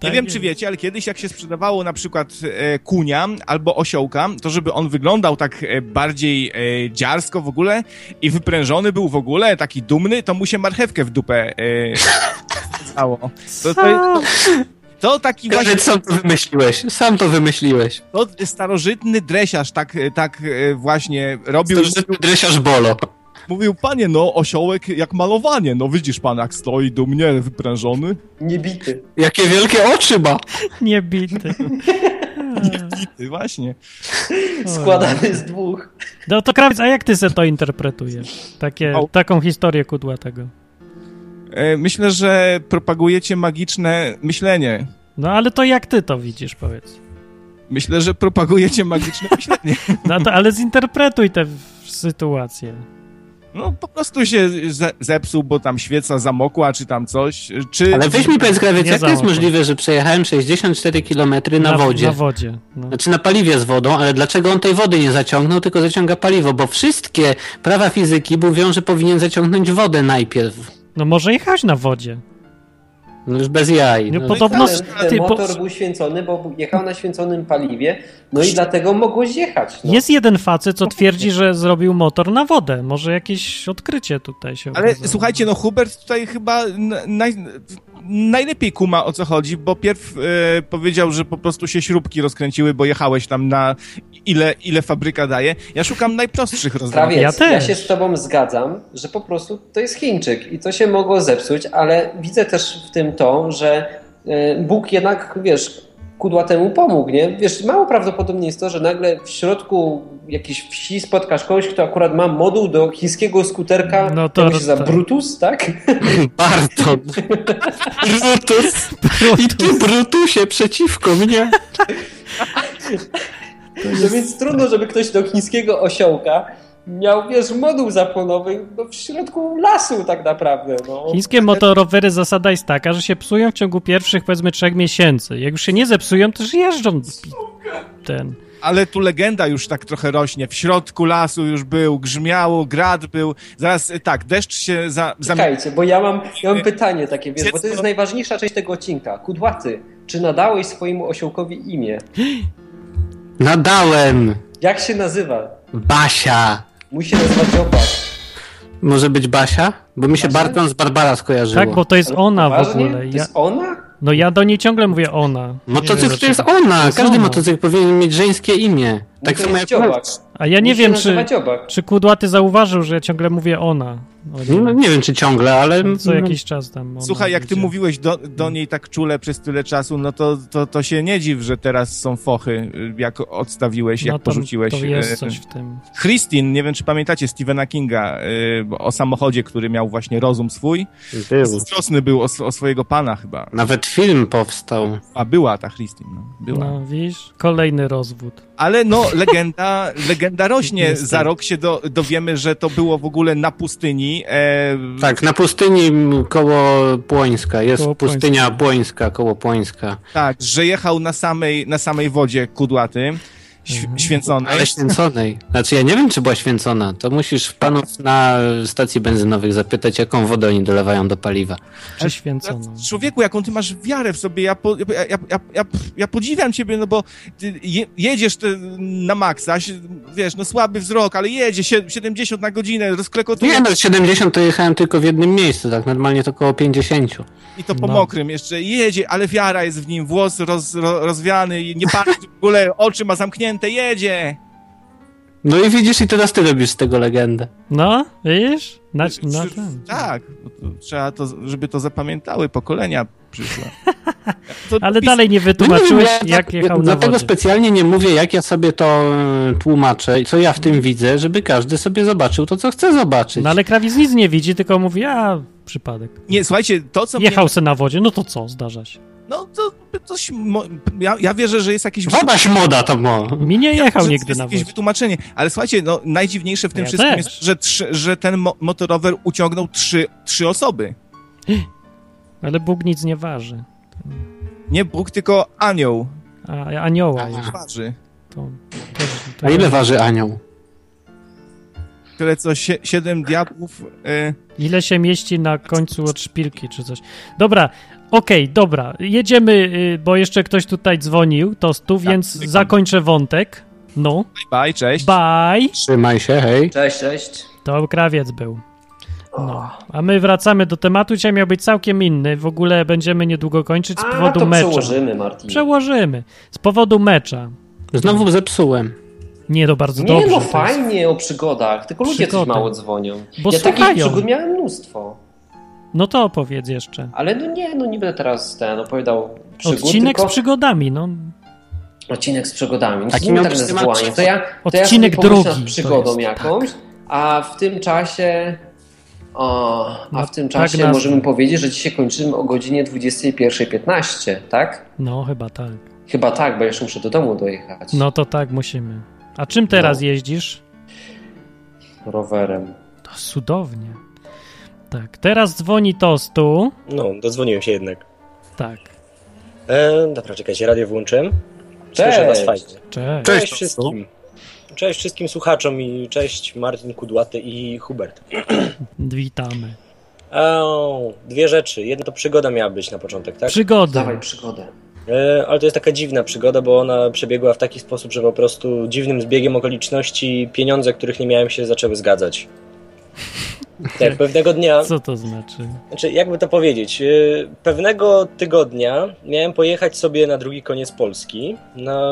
S1: Tak
S4: wiem,
S1: jest.
S4: czy wiecie, ale kiedyś jak się sprzedawało na przykład e, kunia albo osiołka, to żeby on wyglądał tak e, bardziej e, dziarsko w ogóle i wyprężony był w ogóle, taki dumny, to mu się marchewkę w dupę e, stało. To, to, to taki właśnie
S3: Garrett, sam to wymyśliłeś. Sam to wymyśliłeś.
S4: to No, starożytny dresiarz tak, tak e, właśnie robił.
S3: Starożytny dresiarz znaczy, Bolo.
S4: Mówił, panie, no osiołek jak malowanie. No widzisz pan, jak stoi dumnie wyprężony.
S2: Niebity.
S3: Jakie wielkie oczy ma!
S1: Niebity.
S4: I właśnie.
S2: Składany z dwóch.
S1: No to krawiec, a jak ty se to interpretujesz? Takie,
S4: Au.
S1: taką historię kudłatego.
S4: E, Myślę, że propagujecie magiczne myślenie.
S1: No ale to jak ty to widzisz, powiedz.
S4: Myślę, że propagujecie magiczne myślenie.
S1: No to, ale zinterpretuj tę w- sytuację.
S4: No po prostu się ze- zepsuł, bo tam świeca zamokła, czy tam coś. Czy...
S3: Ale weź mi powiedz, Grawiec,
S1: Nie
S3: jak to jest
S1: załapał.
S3: możliwe, że przejechałem 64 km na wodzie?
S1: Na wodzie. No.
S3: Znaczy na paliwie z wodą, ale dlaczego on tej wody nie zaciągnął, tylko zaciąga paliwo? Bo wszystkie prawa fizyki mówią, że powinien zaciągnąć wodę najpierw.
S1: no może jechać na wodzie.
S3: No już bez jaj.
S1: No
S3: No,
S1: pod- Podobno
S2: Ale
S1: ty,
S2: ten
S1: bo-
S2: motor był święcony, bo jechał na święconym paliwie, no i dlatego mogło zjechać. No.
S1: Jest jeden facet, co twierdzi, że zrobił motor na wodę. Może jakieś odkrycie tutaj się
S4: Ale
S1: okazało.
S4: słuchajcie, no Hubert tutaj chyba n- naj... najlepiej kuma o co chodzi, bo pierw e, powiedział, że po prostu się śrubki rozkręciły, bo jechałeś tam na ile, ile fabryka daje. Ja szukam najprostszych rozwiązań.
S1: Ja
S2: Krawiec, ja,
S1: też.
S2: się z tobą zgadzam, że po prostu to jest Chińczyk i to się mogło zepsuć, ale widzę też w tym to, że e, Bóg jednak, wiesz, kudła temu pomógł, nie? Wiesz, mało prawdopodobnie jest to, że nagle w środku jakiejś wsi spotkasz kogoś, kto akurat ma moduł do chińskiego skuterka,
S1: No
S2: no
S1: to
S2: to się za
S1: tak.
S2: Brutus, tak?
S3: Barton. Brutus. I ty, Brutusie, przeciwko mnie.
S2: No więc trudno, żeby ktoś do chińskiego osiołka miał, wiesz, moduł zapłonowy no, w środku lasu tak naprawdę, no.
S1: Chińskie motorowery zasada jest taka, że się psują w ciągu pierwszych powiedzmy trzech miesięcy. Jak już się nie zepsują, to już jeżdżą. Ten.
S4: Ale tu legenda już tak trochę rośnie. W środku lasu już był, grzmiało, grad był. Zaraz e, tak, deszcz się za, zamienił.
S2: Czekajcie, bo ja mam, ja mam pytanie takie, wiesz, bo to jest
S4: Dziecko-
S2: najważniejsza część tego odcinka. Kudłaty, czy nadałeś swojemu osiołkowi imię?
S3: Nadałem.
S2: Jak się nazywa?
S3: Basia.
S2: Musi się nazywać opak.
S3: Może być Basia? Bo mi się Barton z Barbara skojarzyło.
S1: Tak, bo to jest
S2: Ale
S1: ona w
S2: poważnie?
S1: ogóle.
S2: To
S1: Ja,
S2: jest ona?
S1: no ja do niej ciągle mówię ona. Nie wiem,
S3: Motocykl No to jest
S1: dlaczego.
S3: ona.
S1: jest
S3: Każdy
S1: ona.
S3: motocykl powinien mieć żeńskie imię.
S2: No
S3: Tak
S2: to
S3: samo jak
S2: jest dziobak.
S1: A ja nie
S2: Musi
S1: wiem,
S2: się
S1: czy,
S2: nazywać Dziobak.
S1: czy Kudłaty zauważył, że ja ciągle mówię ona. O niej.
S3: No, nie no wiem, czy ciągle, ale...
S1: Co jakiś czas tam. ona
S4: Słuchaj, jak ty
S1: będzie.
S4: mówiłeś do, do niej tak czule przez tyle czasu, no to, to, to się nie dziw, że teraz są fochy, y, jak odstawiłeś, jak
S1: No, tam
S4: porzuciłeś.
S1: To jest
S4: y,
S1: coś w tym.
S4: Christine, nie wiem czy pamiętacie Stephena Kinga y, bo- o samochodzie, który miał właśnie rozum swój.
S3: Był.
S4: Zazdrosny był o, sw- o swojego pana chyba.
S3: Nawet film powstał.
S4: A była ta Christine, no, była.
S1: No widzisz, kolejny rozwód.
S4: Ale no, legenda, legenda rośnie.
S1: Niestety.
S4: Za rok się do, dowiemy, że to było w ogóle na pustyni. E,
S3: Tak, na pustyni m, koło Płońska. Jest
S1: Koło Płońska.
S3: pustynia Płońska, koło Płońska.
S4: tak, że jechał na samej, na samej wodzie kudłaty, ś-
S1: Mhm.
S2: No
S4: święconej.
S3: Ale święconej. Znaczy ja nie wiem, czy była święcona. To musisz panów na stacji benzynowych zapytać, jaką wodę oni dolewają do paliwa.
S1: Prześwięconą.
S4: Człowieku, jaką ty masz wiarę w sobie, ja, po, ja, ja, ja, ja, ja podziwiam ciebie, no bo ty je, jedziesz ty na maksa, si- wiesz, no słaby wzrok, ale jedzie sie- 70 na godzinę, rozklekotuje
S3: Nie no, z 70 to jechałem tylko w jednym miejscu, tak normalnie to koło 50.
S4: i to po
S1: No.
S4: mokrym jeszcze, jedzie, ale wiara jest w nim, włos roz, ro, rozwiany, i nie patrzy w ogóle, oczy ma zamknięte, jedzie!
S3: No i widzisz, i teraz ty robisz z tego legendę.
S1: No, widzisz? Na, na
S4: Przy-
S1: ten.
S4: tak, bo to trzeba to, żeby to zapamiętały pokolenia przyszłe. To
S1: Ale
S4: pis-
S1: dalej nie
S3: No nie
S1: wytłumaczyłeś,
S3: wiem, ja
S1: jak
S3: dla-
S1: jechał na
S3: Dlatego
S1: wodzie.
S3: specjalnie nie mówię, jak ja sobie to e, tłumaczę, i co ja w tym widzę, żeby każdy sobie zobaczył to, co chce zobaczyć.
S1: No ale krawiec nic nie widzi, tylko mówi, a przypadek.
S4: Nie, słuchajcie, to co mnie...
S1: Jechał se na wodzie, no to co, zdarza się.
S4: No to coś... Mo... Ja, ja wierzę, że jest jakiś...
S3: Wodaś moda to mo.
S1: Mi nie jechał
S4: że
S1: nigdy
S4: jest
S1: na
S4: jakieś
S1: wodzie.
S4: wytłumaczenie. Ale słuchajcie, no, najdziwniejsze w tym
S1: Ja
S4: wszystkim
S1: też.
S4: jest, że, trzy, że ten mo motorower uciągnął trzy, trzy osoby.
S1: Ale Bóg nic nie waży.
S4: Nie Bóg, tylko anioł
S1: A anioła
S3: Aha.
S1: jest.
S4: twarzy.
S1: To, też, to
S3: A ile waży anioł?
S4: Tyle co sie siedem diabłów. Y
S1: Ile się mieści na końcu od szpilki czy coś. Dobra, okej, dobra. Jedziemy, y, bo jeszcze ktoś tutaj dzwonił, to
S3: Tak,
S1: tu, więc
S4: tylko-
S1: zakończę wątek. No,
S4: bye, cześć.
S1: bye.
S3: Trzymaj się, hej.
S2: Cześć, cześć.
S1: To krawiec był. No. A my wracamy do tematu, dzisiaj miał być całkiem inny. W ogóle będziemy niedługo kończyć z
S2: A,
S1: powodu
S2: to
S1: mecza.
S2: przełożymy, Martin.
S1: Przełożymy. Z powodu mecza.
S3: Znowu zepsułem.
S1: Nie, to bardzo
S2: Nie,
S1: dobrze.
S2: no
S1: to jest.
S2: fajnie o przygodach, tylko ludzie
S1: Przygody.
S2: coś mało dzwonią.
S1: Bo
S2: ja takich
S1: słuchają.
S2: przygód miałem mnóstwo,
S1: No to opowiedz jeszcze.
S2: ale no nie, no nie będę teraz ten opowiadał przygód,
S1: Odcinek
S2: tylko
S1: z przygodami, no.
S2: odcinek z przygodami. No
S3: Taki
S2: to nie
S3: miał
S2: tak
S3: być temat
S2: nazwanie. To ja, to ja sobie
S1: Odcinek
S2: pomyślę
S1: drugi
S2: nad
S1: to
S2: przygodą
S1: jest, tak.
S2: jakąś, a w tym czasie o, a
S1: No,
S2: w tym
S1: tak
S2: czasie
S1: nazwę.
S2: możemy powiedzieć, że dzisiaj kończymy o godzinie 21.15, tak?
S1: No, chyba tak.
S2: Chyba tak, bo jeszcze muszę do domu dojechać
S1: No to tak musimy. A czym
S2: No.
S1: teraz jeździsz?
S2: rowerem.
S1: To cudownie. Tak, teraz dzwoni tostu.
S5: No, dodzwoniłem się jednak.
S1: Tak,
S5: E, dobra, czekajcie, radio włączyłem. Słyszę was
S2: Cześć.
S5: fajnie.
S1: cześć.
S5: Cześć,
S6: Cześć,
S5: wszystkim. Cześć wszystkim słuchaczom i cześć Martin Kudłaty i Hubert.
S1: Witamy.
S5: Eee, dwie rzeczy. Jedna to przygoda miała być na początek, tak?
S1: Przygoda.
S2: Dawaj przygodę.
S5: E, ale to jest taka dziwna przygoda, bo ona przebiegła w taki sposób, że po prostu dziwnym zbiegiem okoliczności pieniądze, których nie miałem się, zaczęły zgadzać. Tak, pewnego dnia...
S1: Co to znaczy?
S5: Znaczy, jakby to powiedzieć, yy, pewnego tygodnia miałem pojechać sobie na drugi koniec Polski, na,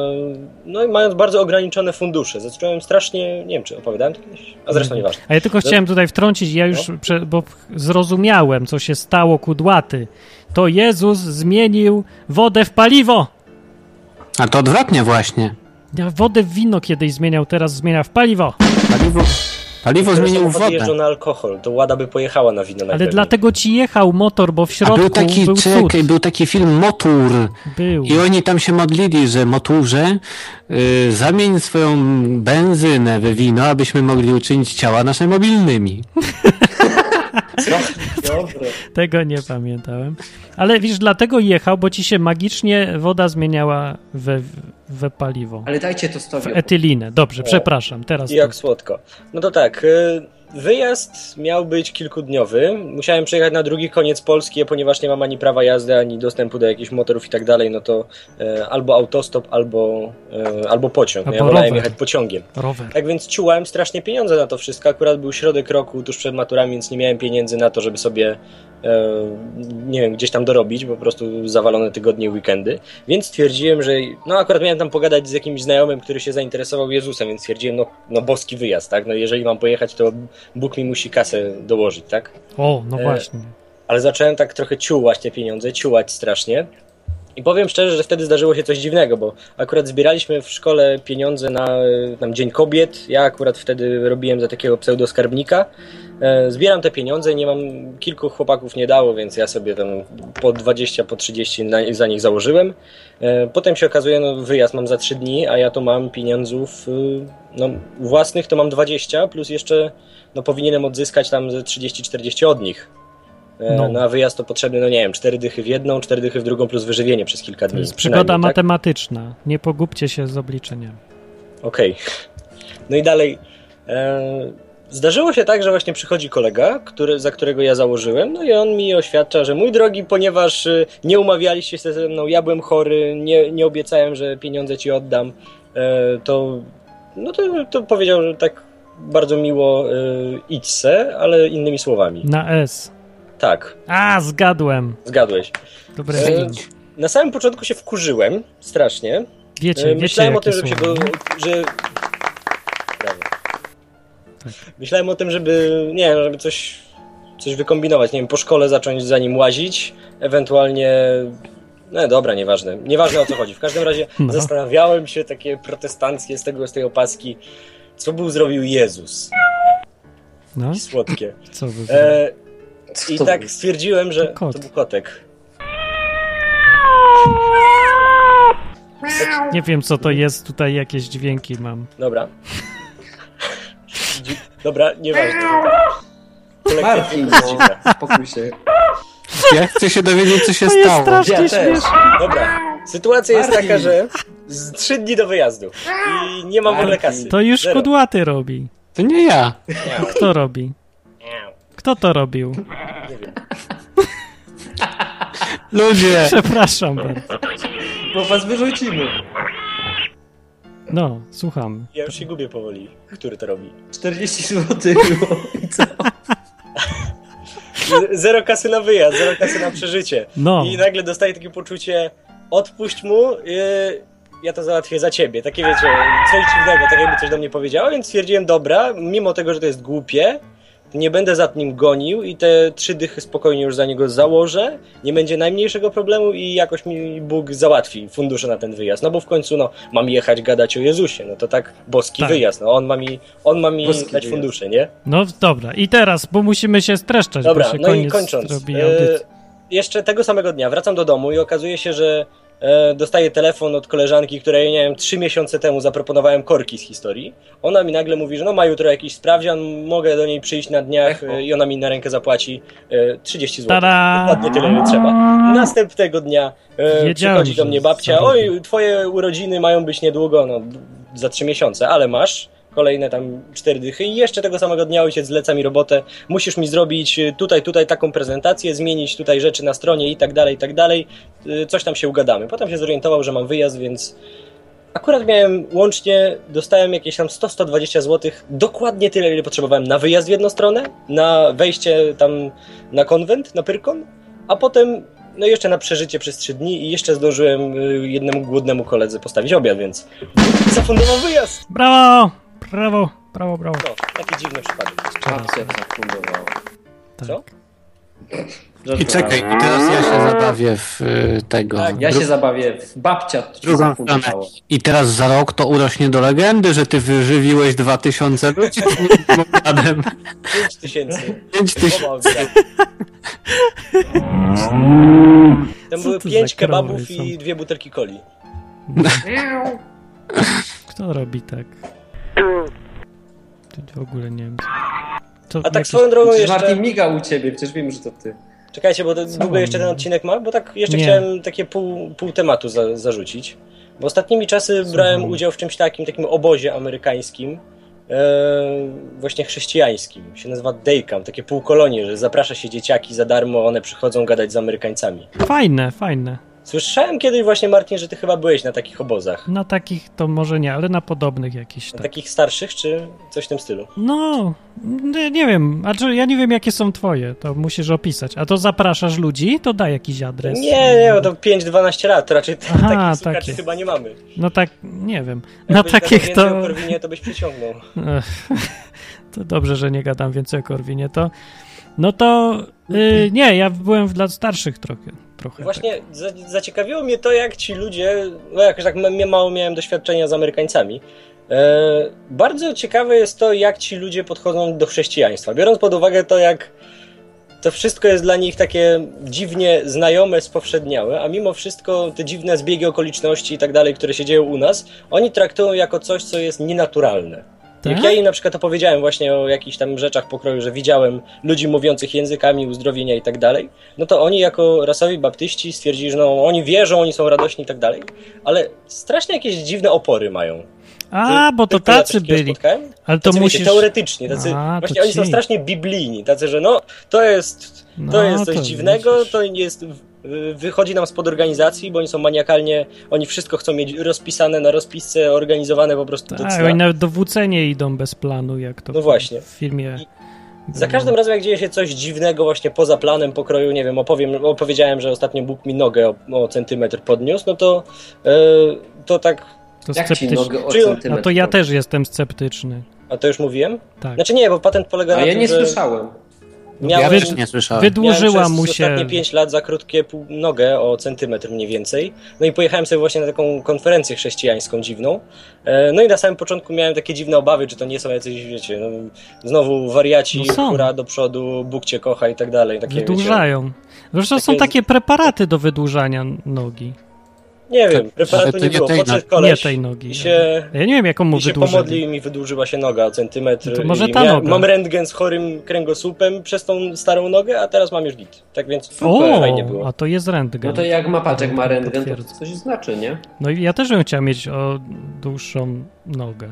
S5: no i mając bardzo ograniczone fundusze, zacząłem strasznie, nie wiem czy opowiadałem to kiedyś, a zresztą
S3: Mhm.
S5: nieważne.
S1: A ja tylko chciałem tutaj wtrącić, ja już,
S5: No.
S1: prze, bo zrozumiałem, co się stało kudłaty. To Jezus zmienił wodę w paliwo.
S3: A to odwrotnie właśnie.
S1: Ja wodę w wino kiedyś zmieniał, teraz zmienia w paliwo.
S5: Tak,
S3: Paliwo, paliwo zmienił
S5: Samochody
S3: wodę.
S5: jeżdżą na alkohol, to Łada by pojechała na wino
S1: Ale
S5: najpewniej.
S1: dlatego ci jechał motor, bo w
S3: A
S1: środku
S3: był taki,
S1: był cud.
S3: czekaj, był taki film Motur
S1: Był.
S3: i oni tam się modlili, że Moturze y, zamień swoją benzynę w wino, abyśmy mogli uczynić ciała nasze mobilnymi.
S2: Dobre.
S1: Tego nie pamiętałem. Ale wiesz, dlatego jechał, bo ci się magicznie woda zmieniała we, we paliwo.
S2: Ale dajcie to
S1: W
S2: stowi.
S1: etylinę. Dobrze, przepraszam. Teraz
S5: I
S1: to.
S5: jak słodko. No to tak, y, wyjazd miał być kilkudniowy. Musiałem przejechać na drugi koniec Polski, a ponieważ nie mam ani prawa jazdy, ani dostępu do jakichś motorów i tak dalej, no to y, albo autostop, albo, y, albo pociąg. No
S1: Albo
S5: ja wolałem
S1: rower.
S5: jechać pociągiem.
S1: rower.
S5: Tak więc ciułałem strasznie pieniądze na to wszystko. Akurat był środek roku tuż przed maturami, więc nie miałem pieniędzy na to, żeby sobie e, nie wiem, gdzieś tam dorobić, bo po prostu zawalone tygodnie i weekendy. Więc stwierdziłem, że no akurat miałem tam pogadać z jakimś znajomym, który się zainteresował Jezusem, więc stwierdziłem, no, no boski wyjazd, tak? No jeżeli mam pojechać, to Bóg mi musi kasę dołożyć, tak?
S1: O, no
S5: E,
S1: właśnie.
S5: ale zacząłem tak trochę ciułać te pieniądze, ciułać strasznie. I powiem szczerze, że wtedy zdarzyło się coś dziwnego, bo akurat zbieraliśmy w szkole pieniądze na e, tam Dzień Kobiet. Ja akurat wtedy robiłem za takiego pseudoskarbnika. E, Zbieram te pieniądze, nie mam, kilku chłopaków nie dało, więc ja sobie tam po 20, po 30 na, za nich założyłem. E, Potem się okazuje, no wyjazd mam za 3 dni, a ja tu mam pieniądzów y, no, własnych, to mam 20, plus jeszcze no, powinienem odzyskać tam ze 30-40 od nich. E,
S1: No.
S5: No. a wyjazd to potrzebny, no nie wiem, cztery dychy w jedną, cztery dychy w drugą, plus wyżywienie przez kilka dni.
S1: To jest
S5: przynajmniej,
S1: przygoda
S5: tak?
S1: matematyczna. Nie pogubcie się z obliczeniem.
S5: Okej. No i dalej. E, zdarzyło się tak, że właśnie przychodzi kolega, który, za którego ja założyłem, no i on mi oświadcza, że mój drogi, ponieważ e, nie umawialiście się ze mną, ja byłem chory, nie, nie obiecałem, że pieniądze ci oddam, e, to, no to, to powiedział, że tak bardzo miło e, idź se, ale innymi słowami.
S1: Na S.
S5: Tak,
S1: A, zgadłem.
S5: zgadłeś.
S1: Dobre.
S5: E,
S1: widzenie.
S5: Na samym początku się wkurzyłem strasznie,
S1: Wiecie,
S5: E,
S1: wiecie
S5: Myślałem o
S1: jakie
S5: tym, żeby
S1: słowa.
S5: się go. Że... Brawo. Myślałem o tym, żeby. Nie wiem, żeby coś, coś wykombinować. Nie wiem, po szkole zacząć za nim łazić, ewentualnie. No dobra, nieważne. Nieważne o co chodzi. W każdym razie
S1: No.
S5: zastanawiałem się takie protestanckie z, tego, z tej opaski, co był zrobił Jezus.
S1: No,
S5: Słodkie.
S1: co wy...
S5: E,
S2: Co
S5: I
S2: to
S5: tak
S2: było?
S5: stwierdziłem, że.
S1: Kot.
S5: To był kotek.
S1: Nie wiem, co to jest. Tutaj jakieś dźwięki mam.
S5: Dobra. Dzi- Dobra, nieważne. Kolekcja
S2: Martin, no, spokój się.
S3: Ja chcę się dowiedzieć, co się
S1: To jest
S3: stało.
S1: strasznie
S2: Ja też.
S1: śmieszne.
S5: Dobra, sytuacja jest
S2: Martin.
S5: taka, że z trzy dni do wyjazdu i nie mam w ogóle kasy.
S1: To już
S5: Zero.
S1: kudłaty robi.
S3: To nie ja.
S1: Kto robi? Kto to robił?
S5: Nie wiem.
S3: Ludzie,
S1: Przepraszam bardzo.
S2: Bo was wyrzucimy.
S1: No, słucham.
S5: Ja już się gubię powoli, który to robi.
S2: 40 zł było. I co?
S5: z- zero kasy na wyjazd, zero kasy na przeżycie.
S1: No.
S5: I nagle dostaję takie poczucie, odpuść mu, yy, ja to załatwię za ciebie. Takie wiecie, coś dziwnego, tak jakby coś do mnie powiedziała, więc stwierdziłem, dobra, mimo tego, że to jest głupie, nie będę za nim gonił i te trzy dychy spokojnie już za niego założę, nie będzie najmniejszego problemu i jakoś mi Bóg załatwi fundusze na ten wyjazd. No bo w końcu no, mam jechać gadać o Jezusie, no to tak boski
S1: Tak.
S5: wyjazd, no on ma mi, on ma mi
S2: Boski
S5: dać
S2: wyjazd.
S5: fundusze, nie?
S1: No dobra, i teraz, bo musimy się streszczać, bo
S5: Dobra,
S1: się
S5: no i
S1: koniec
S5: kończąc.
S1: robi
S5: e,
S1: audyt.
S5: jeszcze tego samego dnia wracam do domu i okazuje się, że e, dostaję telefon od koleżanki, której, nie wiem, trzy miesiące temu zaproponowałem korki z historii. Ona mi nagle mówi, że no ma jutro jakiś sprawdzian, mogę do niej przyjść na dniach
S2: Echo.
S5: e, i ona mi na rękę zapłaci e, 30 zł.
S1: Tada!
S5: Dokładnie tyle, ile trzeba. Następnego dnia e,
S1: Wiedziałem,
S5: przychodzi do
S1: że
S5: mnie babcia,
S1: zarobi.
S5: oj, twoje urodziny mają być niedługo, no b- za trzy miesiące, ale masz kolejne tam cztery dychy i jeszcze tego samego dnia ojciec zleca mi robotę, musisz mi zrobić y, tutaj, tutaj taką prezentację, zmienić tutaj rzeczy na stronie i tak dalej, i tak dalej, Y, coś tam się ugadamy. Potem się zorientował, że mam wyjazd, więc akurat miałem łącznie, dostałem jakieś tam 100-120 zł, dokładnie tyle, ile potrzebowałem na wyjazd w jedną stronę, na wejście tam na konwent, na Pyrkon, a potem no jeszcze na przeżycie przez trzy dni i jeszcze zdążyłem y, jednemu głodnemu koledze postawić obiad, więc zafundował wyjazd.
S1: Brawo! Brawo, brawo, brawo.
S5: No, taki dziwny przypadek.
S2: Babcia zafundowała.
S1: Tak.
S5: co?
S2: Rzecz
S3: I czekaj,
S2: ważna.
S3: i teraz ja się zabawię w y, tego.
S5: Tak,
S2: Ja
S3: Dru-
S2: się zabawię. w Babcia ci
S3: drugą
S2: zafundowała.
S3: stronę. I teraz za rok to urośnie do legendy, że ty wyżywiłeś 2000 ludzi tym obiadem.
S5: 5 tysięcy.
S3: 5000.
S5: Oba obiady. Tam były
S1: to
S5: pięć
S1: za krowy
S5: kebabów
S1: są?
S5: i dwie butelki coli.
S1: Kto robi tak? Ty w ogóle nie wiem. Co,
S5: A tak
S1: jakiś-
S5: swoją drogą
S2: Przecież
S5: jeszcze...
S2: Martin miga u ciebie, przecież wiem, że to ty.
S5: Czekajcie, bo to
S1: Co
S5: długo
S1: mam?
S5: jeszcze ten odcinek ma, bo tak jeszcze
S1: Nie.
S5: chciałem takie pół, pół tematu za, zarzucić. Bo ostatnimi czasy brałem udział w czymś takim, takim obozie amerykańskim, e, właśnie chrześcijańskim. Się nazywa Daycamp, takie półkolonie, że zaprasza się dzieciaki za darmo, one przychodzą gadać z Amerykańcami.
S1: Fajne, fajne.
S5: Słyszałem kiedyś właśnie, Martin, że ty chyba byłeś na takich obozach.
S1: Na takich to może nie, ale na podobnych jakichś
S5: Na
S1: tak.
S5: takich starszych, czy coś w tym stylu?
S1: No, nie, nie wiem. Znaczy, ja nie wiem, jakie są twoje. To musisz opisać. A to zapraszasz ludzi? To daj jakiś adres.
S5: Nie, nie, bo to 5-12 lat, to raczej t-
S1: Aha,
S5: takich słuchaczy
S1: takie.
S5: chyba nie mamy.
S1: No tak, nie wiem. Na
S5: Jakbyś gadał
S1: takich
S5: więcej
S1: to...
S5: o Korwinie, to byś przyciągnął.
S1: Ech, To dobrze, że nie gadam więcej o Korwinie. To, no to y, nie, ja byłem w- dla starszych trochę. trochę
S5: Właśnie za, zaciekawiło mnie to, jak ci ludzie, no jakoś tak ma- mało miałem doświadczenia z Amerykańcami. E, bardzo ciekawe jest to, jak ci ludzie podchodzą do chrześcijaństwa. Biorąc pod uwagę to, jak to wszystko jest dla nich takie dziwnie znajome, spowszedniałe, a mimo wszystko te dziwne zbiegi okoliczności i tak dalej, które się dzieją u nas, oni traktują jako coś, co jest nienaturalne.
S1: Tak?
S5: Jak ja im na przykład opowiedziałem właśnie o jakichś tam rzeczach pokroju, że widziałem ludzi mówiących językami uzdrowienia i tak dalej, no to oni jako rasowi baptyści stwierdzili, że no, oni wierzą, oni są radośni i tak dalej, ale strasznie jakieś dziwne opory mają.
S1: A, bo to
S5: Tylko ja
S1: tacy
S5: coś takiego
S1: byli.
S5: Spotkałem?
S1: Ale to
S5: Tacy, wiecie,
S1: musisz...
S5: teoretycznie, tacy,
S1: A, to
S5: właśnie oni są
S1: ci.
S5: strasznie biblijni, tacy, że no, to jest, to
S1: No,
S5: jest coś
S1: to
S5: dziwnego,
S1: widzisz.
S5: to jest, w- wychodzi nam spod organizacji, bo oni są maniakalnie, oni wszystko chcą mieć rozpisane na rozpisce, organizowane po prostu do
S1: Tak,
S5: cna.
S1: oni nawet do WC nie idą bez planu, jak to
S5: No
S1: w-
S5: właśnie.
S1: w filmie.
S5: I- Za każdym razem, jak dzieje się coś dziwnego, właśnie poza planem pokroju, nie wiem, opowiem, opowiedziałem, że ostatnio Bóg mi nogę o, o centymetr podniósł, no to, e, to tak,
S1: to
S2: Jak ci
S1: sceptyczny.
S2: nogę o
S5: Czyli-
S1: No
S2: centymetr?
S1: to ja też jestem sceptyczny.
S5: a to już mówiłem?
S1: Tak.
S5: Znaczy nie, bo patent polega
S2: A
S5: na
S2: ja
S5: tym,
S2: nie
S5: że
S2: słyszałem.
S3: Ja
S5: miałem,
S3: też nie słyszałem.
S1: Wydłużyła
S5: miałem
S1: mu
S5: przez
S1: się.
S5: ostatnie 5 lat za krótkie pół, nogę o centymetr mniej więcej, no i pojechałem sobie właśnie na taką konferencję chrześcijańską dziwną, e, no i na samym początku miałem takie dziwne obawy, czy to nie są jacyś, wiecie, no, znowu wariaci,
S1: No są.
S5: kura do przodu, Bóg cię kocha i tak dalej, takie, wiecie,
S1: Wydłużają. Zresztą są
S5: Takie-
S1: takie preparaty do wydłużania nogi.
S5: Nie wiem, preparatu
S3: to
S5: nie
S3: nie
S5: było.
S3: tej
S5: Podszedł
S3: nogi.
S1: Nie
S5: koleś
S1: tej nogi.
S5: i się,
S1: Ja nie wiem, jaką mu
S5: i się
S1: wydłużyli.
S5: pomodlił i mi wydłużyła się noga o centymetr.
S1: No to może
S5: i
S1: ta
S5: mia-
S1: noga.
S5: Mam rentgen z chorym kręgosłupem przez tą starą nogę, a teraz mam już git. Tak więc super, fajnie
S1: O,
S5: było.
S1: a to jest rentgen.
S2: No to jak ma paczek ma rentgen, to
S1: Potwierdzę.
S2: coś znaczy, nie?
S1: No i ja też bym chciał mieć o dłuższą nogę.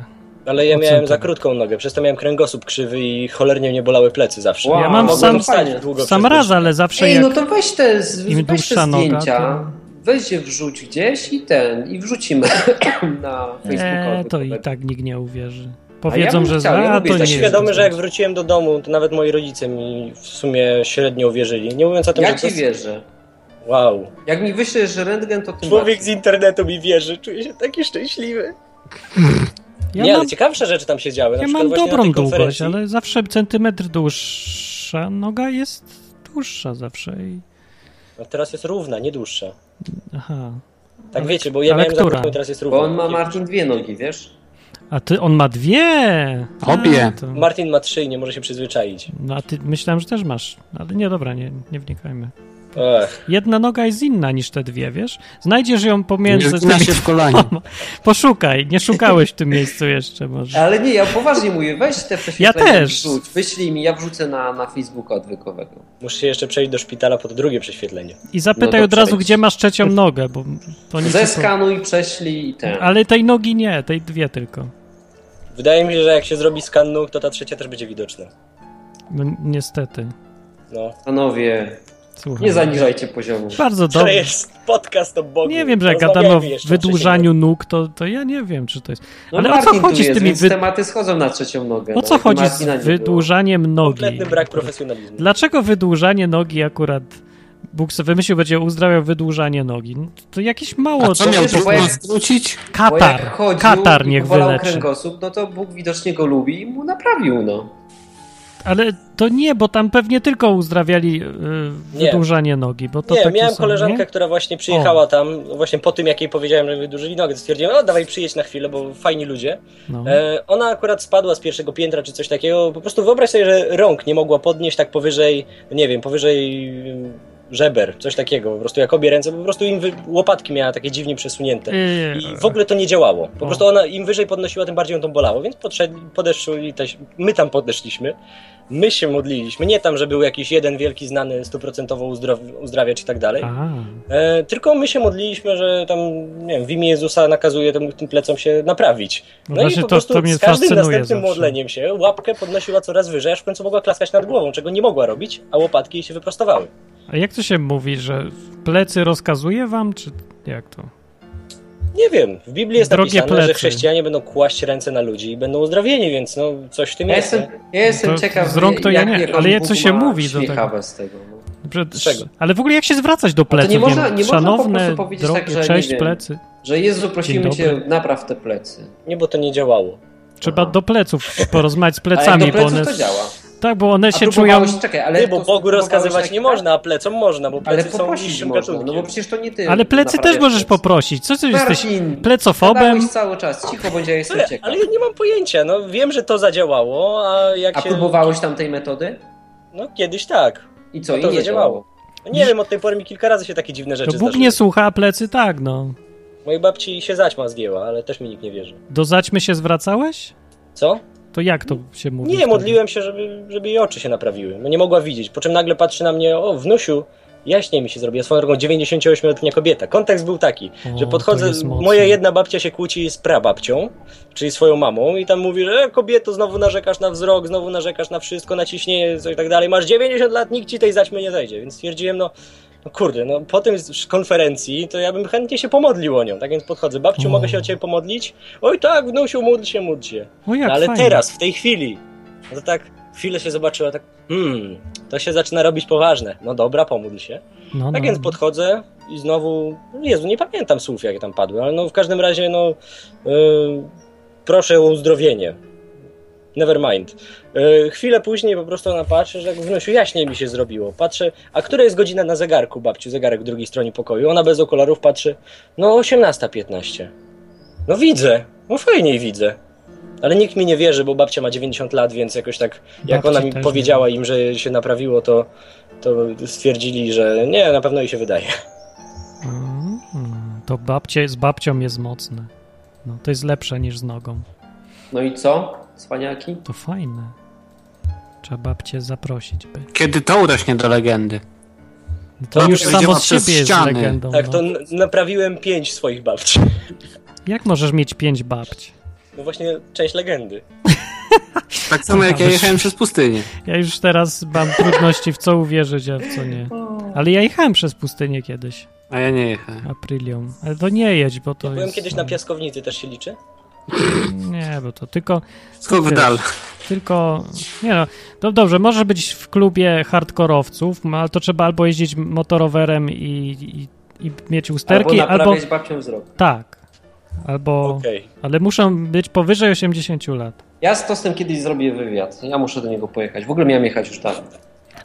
S5: Ale ja
S1: o
S5: miałem za
S1: centymetr.
S5: krótką nogę, przez to miałem kręgosłup krzywy i cholernie mnie bolały plecy zawsze.
S2: Wow,
S1: Ja mam
S5: Mogłem
S1: sam-
S5: stać długo
S1: Sam
S5: przez
S1: raz, ale zawsze
S2: Ej,
S1: jak...
S2: no to weź te, z-
S1: im
S2: weź te
S1: dłuższa noga,
S2: zdjęcia,
S1: to-
S2: weź je wrzuć gdzieś i ten, i wrzucimy na Facebooka.
S1: e, to
S2: odwykowe.
S1: i tak nikt nie uwierzy. powiedzą,
S2: bym
S1: że
S2: chciał, ja
S1: za, a
S2: lubię
S1: to nie
S2: tak
S5: Tak
S1: jest.
S5: świadomy, że jak wróciłem do domu, to nawet moi rodzice mi w sumie średnio uwierzyli. Nie mówiąc o tym,
S2: Ja
S5: że to
S2: ci
S5: jest...
S2: wierzę.
S5: Wow.
S2: Jak mi wyślesz rentgen, to tym
S5: Człowiek z
S2: bardziej.
S5: internetu mi wierzy, czuję się taki szczęśliwy.
S1: Ja
S5: nie,
S1: mam,
S5: ale ciekawsze rzeczy tam się działy. na
S1: ja
S5: przykład
S1: mam
S5: właśnie na
S1: dobrą
S5: tej
S1: długość,
S5: konferencji.
S1: ale zawsze centymetr dłuższa noga jest dłuższa zawsze. I...
S5: No, teraz jest równa, nie dłuższa.
S1: Aha.
S5: Tak
S1: Ale-
S5: wiecie, bo ja
S1: ale
S5: miałem
S1: która?
S5: zabawkę, teraz jest równa.
S2: Bo on ma Marcin dwie nogi, wiesz?
S1: A ty, on ma dwie!
S3: Obie.
S1: A, to...
S5: Martin ma trzy i nie może się przyzwyczaić.
S1: No a ty, myślałem, że też masz. Ale nie, dobra, nie, nie wnikajmy.
S5: Ech,
S1: Jedna noga jest inna niż te dwie, wiesz? Znajdziesz ją pomiędzy...
S3: Nie zgina
S1: tymi
S3: się w kolanie.
S1: dwoma. Poszukaj, nie szukałeś w tym miejscu jeszcze
S5: E,
S1: może.
S2: Ale nie, ja poważnie mówię, weź te prześwietlenia
S1: Ja też.
S2: wrzuć, wyślij mi, ja wrzucę na, na Facebooka odwykowego.
S5: muszę się jeszcze przejść do szpitala po to drugie prześwietlenie.
S1: I zapytaj
S2: No
S1: od razu,
S2: dobrze.
S1: gdzie masz trzecią nogę, bo to nie...
S2: Zeskanuj, prześlij i ten.
S1: Ale tej nogi nie, tej dwie tylko.
S5: Wydaje mi się, że jak się zrobi skan nóg, to ta trzecia też będzie widoczna.
S1: No niestety.
S5: No.
S2: Panowie,
S1: Słuchaj.
S2: nie zaniżajcie poziomu.
S1: Bardzo
S5: To
S1: dobrze.
S5: jest podcast o Bogu.
S1: Nie wiem, że jak
S5: Rozmawiajmy
S1: gadamy o
S5: jeszcze
S1: wydłużaniu nóg, to, to ja nie wiem, czy to jest...
S2: No
S1: Ale o
S2: Martin
S1: co chodzi
S2: tu
S1: z
S2: jest,
S1: tymi...
S2: więc
S1: Wy...
S2: tematy schodzą na trzecią nogę.
S1: O co
S2: no,
S1: chodzi
S2: Martina nie
S1: z
S2: było.
S1: wydłużaniem nogi?
S5: Kompletny brak profesjonalizmu.
S1: Dlaczego wydłużanie nogi akurat... Bóg sobie wymyślił, będzie uzdrawiał wydłużanie nogi. No To jakieś mało...
S3: A co
S2: wiesz,
S3: miał
S2: bo
S3: trudno
S2: jak-
S3: zwrócić?
S2: Bo
S1: Katar.
S2: jak chodził
S1: Katar
S2: i
S1: niech
S2: powalał
S1: wyleczy.
S2: kręgosłup, no to Bóg widocznie go lubi i mu naprawił, no.
S1: Ale to nie, bo tam pewnie tylko uzdrawiali yy,
S5: Nie.
S1: wydłużanie nogi, bo to
S5: nie,
S1: takie
S5: miałem
S1: są,
S5: koleżankę,
S1: nie?
S5: która właśnie przyjechała tam, właśnie po tym, jak jej powiedziałem, że wydłużyli nogę, to stwierdziłem, o dawaj przyjedź na chwilę, bo fajni ludzie.
S1: No.
S5: E, ona akurat spadła z pierwszego piętra czy coś takiego, po prostu wyobraź sobie, że rąk nie mogła podnieść tak powyżej, nie wiem, powyżej mm, żeber, coś takiego, po prostu jak obie ręce, po prostu im wy... łopatki miała takie dziwnie przesunięte.
S1: Yy,
S5: I w ogóle to nie działało. Po
S1: O.
S5: prostu ona im wyżej podnosiła, tym bardziej ją to bolało, więc podszedli, podeszli, też, my tam podeszliśmy, my się modliliśmy, nie tam, że był jakiś jeden wielki znany stuprocentowo uzdrow- uzdrawiacz i tak dalej,
S1: A, no
S5: e, tylko my się modliliśmy, że tam, nie wiem, w imię Jezusa nakazuje tym, tym plecom się naprawić.
S1: No
S5: No i
S1: właśnie
S5: po
S1: to-
S5: prostu
S1: to mnie
S5: z każdym
S1: fascynuje
S5: następnym
S1: zawsze.
S5: modleniem się łapkę podnosiła coraz wyżej, aż w końcu mogła klaskać nad głową, czego nie mogła robić, a łopatki jej się wyprostowały.
S1: a jak to się mówi, że plecy rozkazuje wam, czy jak to?
S5: Nie wiem, w Biblii jest
S1: Drogie
S5: napisane, że
S1: plecy.
S5: chrześcijanie będą kłaść ręce na ludzi i będą uzdrawieni, więc no coś w tym
S2: Ja
S5: jest.
S2: jestem, ja jestem
S1: To
S2: ciekaw,
S1: z rąk to ja
S2: jak
S1: nie,
S2: niech
S1: ale
S2: on
S1: ja- co
S2: Bóg
S1: się
S2: ma
S1: mówi tak. do
S2: śmiecha
S1: tego?
S2: bez tego. No.
S1: Przed,
S5: Czego?
S1: Ale w ogóle jak się zwracać do
S2: to nie
S1: pleców?
S2: można-
S1: wiem,
S2: nie można po
S1: Szanowne,
S2: prostu powiedzieć
S1: drogie,
S2: tak, że nie
S1: cześć
S2: wiem.
S1: plecy.
S2: Że Jezu,
S1: Dzień
S2: prosimy
S1: dobry.
S2: cię, napraw te plecy.
S5: Nie, bo to nie działało.
S1: Trzeba
S2: Aha.
S1: do pleców porozmawiać z
S2: A
S1: plecami,
S2: jak do
S1: bo
S2: pleców
S1: one...
S2: to działa.
S1: Tak, bo one
S2: A
S1: się czują...
S2: próbowałeś- czekaj, ale
S5: nie, bo
S2: to
S5: Bogu
S2: próbowałeś
S5: rozkazywać
S2: tak-
S5: nie można, a plecom można, bo
S2: Ale
S5: plecy są
S2: poprosić
S5: niższym
S2: można,
S5: gatunkiem.
S2: no bo przecież to nie ty.
S1: Ale plecy też
S2: naprawiasz
S1: możesz
S2: plecy.
S1: poprosić. Co ty jesteś?
S2: Marcin,
S1: Plecofobem?
S2: gadałeś cały czas, cicho, bądź ja jestem
S5: ale,
S2: ciekaw.
S5: ale ja nie mam pojęcia, no wiem, że to zadziałało, a jak
S2: A
S5: się...
S2: próbowałeś tam tej metody?
S5: No kiedyś tak.
S2: I co,
S5: No to
S2: i nie
S5: zadziałało.
S2: działało?
S5: No nie wiem, od tej pory mi kilka razy się takie dziwne
S1: To
S5: rzeczy
S1: No Bóg
S5: zdarzyły.
S1: nie słucha, a plecy tak, no.
S5: Mojej babci się zaćma zdjęła, ale też mi nikt nie wierzy.
S1: Do zaćmy się zwracałeś?
S5: Co?
S1: To jak to się mówi?
S5: Nie,
S1: wtedy?
S5: modliłem się, żeby, żeby jej oczy się naprawiły. No nie mogła widzieć, po czym nagle patrzy na mnie, o, wnusiu, jaśniej mi się zrobi. Ja swoją drogą 98-letnia kobieta. Kontekst był taki,
S1: O,
S5: że
S1: to
S5: podchodzę,
S1: jest mocne.
S5: moja jedna babcia się kłóci z prababcią, czyli swoją mamą i tam mówi, że e, kobieto, znowu narzekasz na wzrok, znowu narzekasz na wszystko, na ciśnienie, coś tak dalej, masz 90 lat, nikt ci tej zaćmy nie zejdzie, więc stwierdziłem, no, no kurde, no po tym z- konferencji to ja bym chętnie się pomodlił o nią, tak więc podchodzę, babciu,
S1: O.
S5: mogę się o ciebie pomodlić? Oj tak, wnusiu, módl się, módl się.
S1: O, jak
S5: No, ale
S1: fajnie.
S5: teraz, w tej chwili, no to tak chwilę się zobaczyła, tak, hmm, to się zaczyna robić poważne. No dobra, pomódl się.
S1: No,
S5: Tak
S1: no.
S5: więc podchodzę i znowu, no Jezu, nie pamiętam słów, jakie tam padły, ale no w każdym razie, no, yy, proszę o uzdrowienie. Never mind. Yy, chwilę później po prostu ona patrzy, że tak wnusiu, jaśniej mi się zrobiło. Patrzę, a która jest godzina na zegarku, babciu, zegarek w drugiej stronie pokoju. Ona bez okularów patrzy, no 18.15. No widzę, no fajniej widzę. Ale nikt mi nie wierzy, bo babcia ma 90 lat, więc jakoś tak, jak
S1: Babci
S5: ona mi
S1: też nie.
S5: powiedziała im, że się naprawiło, to, to stwierdzili, że nie, na pewno jej się wydaje.
S1: Mm, To babcie, z babcią jest mocne. No, to jest lepsze niż z nogą.
S2: No i co, cwaniaki?
S1: To fajne. Trzeba babcię zaprosić, by.
S3: Kiedy to urośnie do legendy?
S1: No To
S5: Babcia
S1: już samo
S3: widziała
S1: z siebie
S3: przez
S1: jest
S3: ściany.
S1: legendą.
S5: Tak,
S1: no.
S5: to n- naprawiłem pięć swoich babci.
S1: Jak możesz mieć pięć babci?
S5: No właśnie, część legendy.
S3: Tak samo jak ja jechałem przez pustynię.
S1: Ja już teraz mam trudności w co uwierzyć, a w co nie. Ale ja jechałem przez pustynię kiedyś,
S3: A ja nie jechałem.
S1: Aprilią. Ale to nie jedź, bo to
S5: Byłem
S1: jest...
S5: kiedyś na piaskownicy, też się liczy?
S1: Nie, bo to tylko.
S3: Skok w
S1: wiesz,
S3: dal.
S1: Tylko. Nie no. no dobrze, może być w klubie hardkorowców, no, ale to trzeba albo jeździć motorowerem i, i, i mieć
S2: Albo
S1: usterki, albo.
S2: naprawiać babcią wzrok.
S1: Tak. Albo.
S5: Okej.
S1: Ale muszą być powyżej 80 lat.
S2: Ja z Tostem kiedyś zrobię wywiad. Ja muszę do niego pojechać. W ogóle miałem jechać już tam.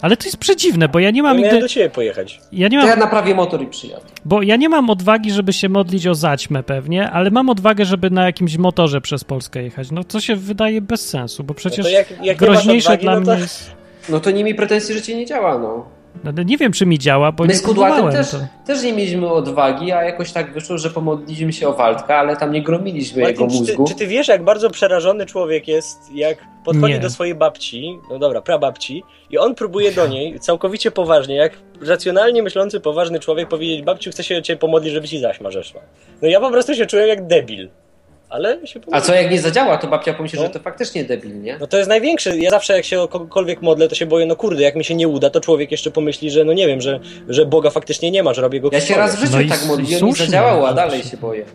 S1: Ale to jest przedziwne, bo ja nie
S5: Ja
S1: mam
S5: No, miałem
S1: nigdy.
S5: do ciebie pojechać.
S1: Ja nie
S2: To
S1: mam
S2: ja naprawię motor i przyjadę.
S1: Bo ja nie mam odwagi, żeby się modlić o zaćmę pewnie, ale mam odwagę, żeby na jakimś motorze przez Polskę jechać. No co się wydaje bez sensu, bo przecież
S5: No to jak- jak nie masz
S1: groźniejsze
S5: odwagi,
S1: dla
S5: no to-
S1: mnie jest...
S2: No to nie mi pretensji, że cię nie działa, no.
S1: No, no nie wiem, czy mi działa, bo
S2: My
S1: nie
S2: z Kudłatem
S1: próbowałem
S2: też,
S1: to.
S2: też nie mieliśmy odwagi, a jakoś tak wyszło, że pomodliliśmy się o Waldka, ale tam nie gromiliśmy jego
S5: Martin, czy ty,
S2: mózgu.
S5: czy ty wiesz, jak bardzo przerażony człowiek jest, jak podchodzi
S1: Nie.
S5: do swojej babci, no dobra, prababci, i on próbuje do niej całkowicie poważnie, jak racjonalnie myślący, poważny człowiek powiedzieć, babciu, chcę się o ciebie pomodlić, żeby ci zaśma zeszła. No ja po prostu się czułem jak debil. Ale się
S2: A
S5: pomodliłem.
S2: co jak nie zadziała, to babcia pomyśli,
S5: No.
S2: że to faktycznie debil, nie?
S5: No to jest największe. Ja zawsze jak się o kogokolwiek modlę, to się boję, no kurde, jak mi się nie uda, to człowiek jeszcze pomyśli, że no nie wiem, że, że Boga faktycznie nie ma, że robię go
S2: Ja się
S5: księgowym.
S2: raz w życiu
S1: No i
S2: tak
S1: s-
S2: modliłem, nie
S1: słusznie. no.
S2: zadziałało, a dalej się boję.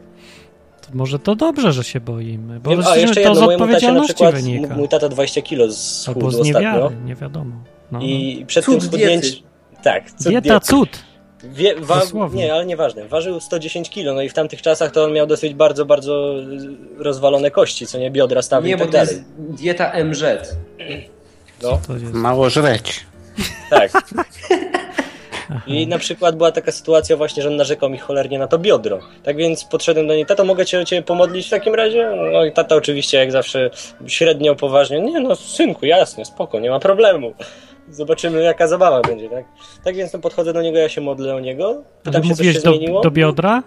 S1: To Może to dobrze, że się boimy, bo
S5: Wiem, a
S1: przecież
S5: jeszcze
S1: to
S5: jedno,
S1: z
S5: mojemu tacie na
S1: odpowiedzialności
S5: przykład,
S1: wynika.
S5: m- mój tata 20 kilo schudł
S1: Albo z
S5: ostatnio.
S1: niewiary, nie wiadomo. No.
S5: I przed
S2: Cud
S5: tym schudnięciem...
S2: diety.
S5: Tak, cud
S1: Dieta
S5: diety.
S1: cud.
S5: Wie, wa...
S1: Dosłownie.
S5: Nie, ale nieważne. Ważył 110 kilo, no i w tamtych czasach to on miał dosyć bardzo, bardzo y, rozwalone kości, co nie biodra stawił
S2: Nie,
S5: i
S2: bo to
S5: tak dalej.
S2: jest dieta MZ.
S5: No,
S1: To jest.
S3: Mało żreć.
S5: tak. I na przykład była taka sytuacja właśnie, że on narzekał mi cholernie na to biodro. Tak więc podszedłem do niej, tato, mogę cię, cię pomodlić w takim razie? No i tata oczywiście jak zawsze średnio poważnie, nie no synku, jasne, spoko, nie ma problemu. Zobaczymy jaka zabawa będzie, tak? Tak więc no, podchodzę do niego, ja się modlę o niego,
S1: Ale
S5: pytam tak się, co się
S1: mówiłeś do,
S5: zmieniło.
S1: do biodra?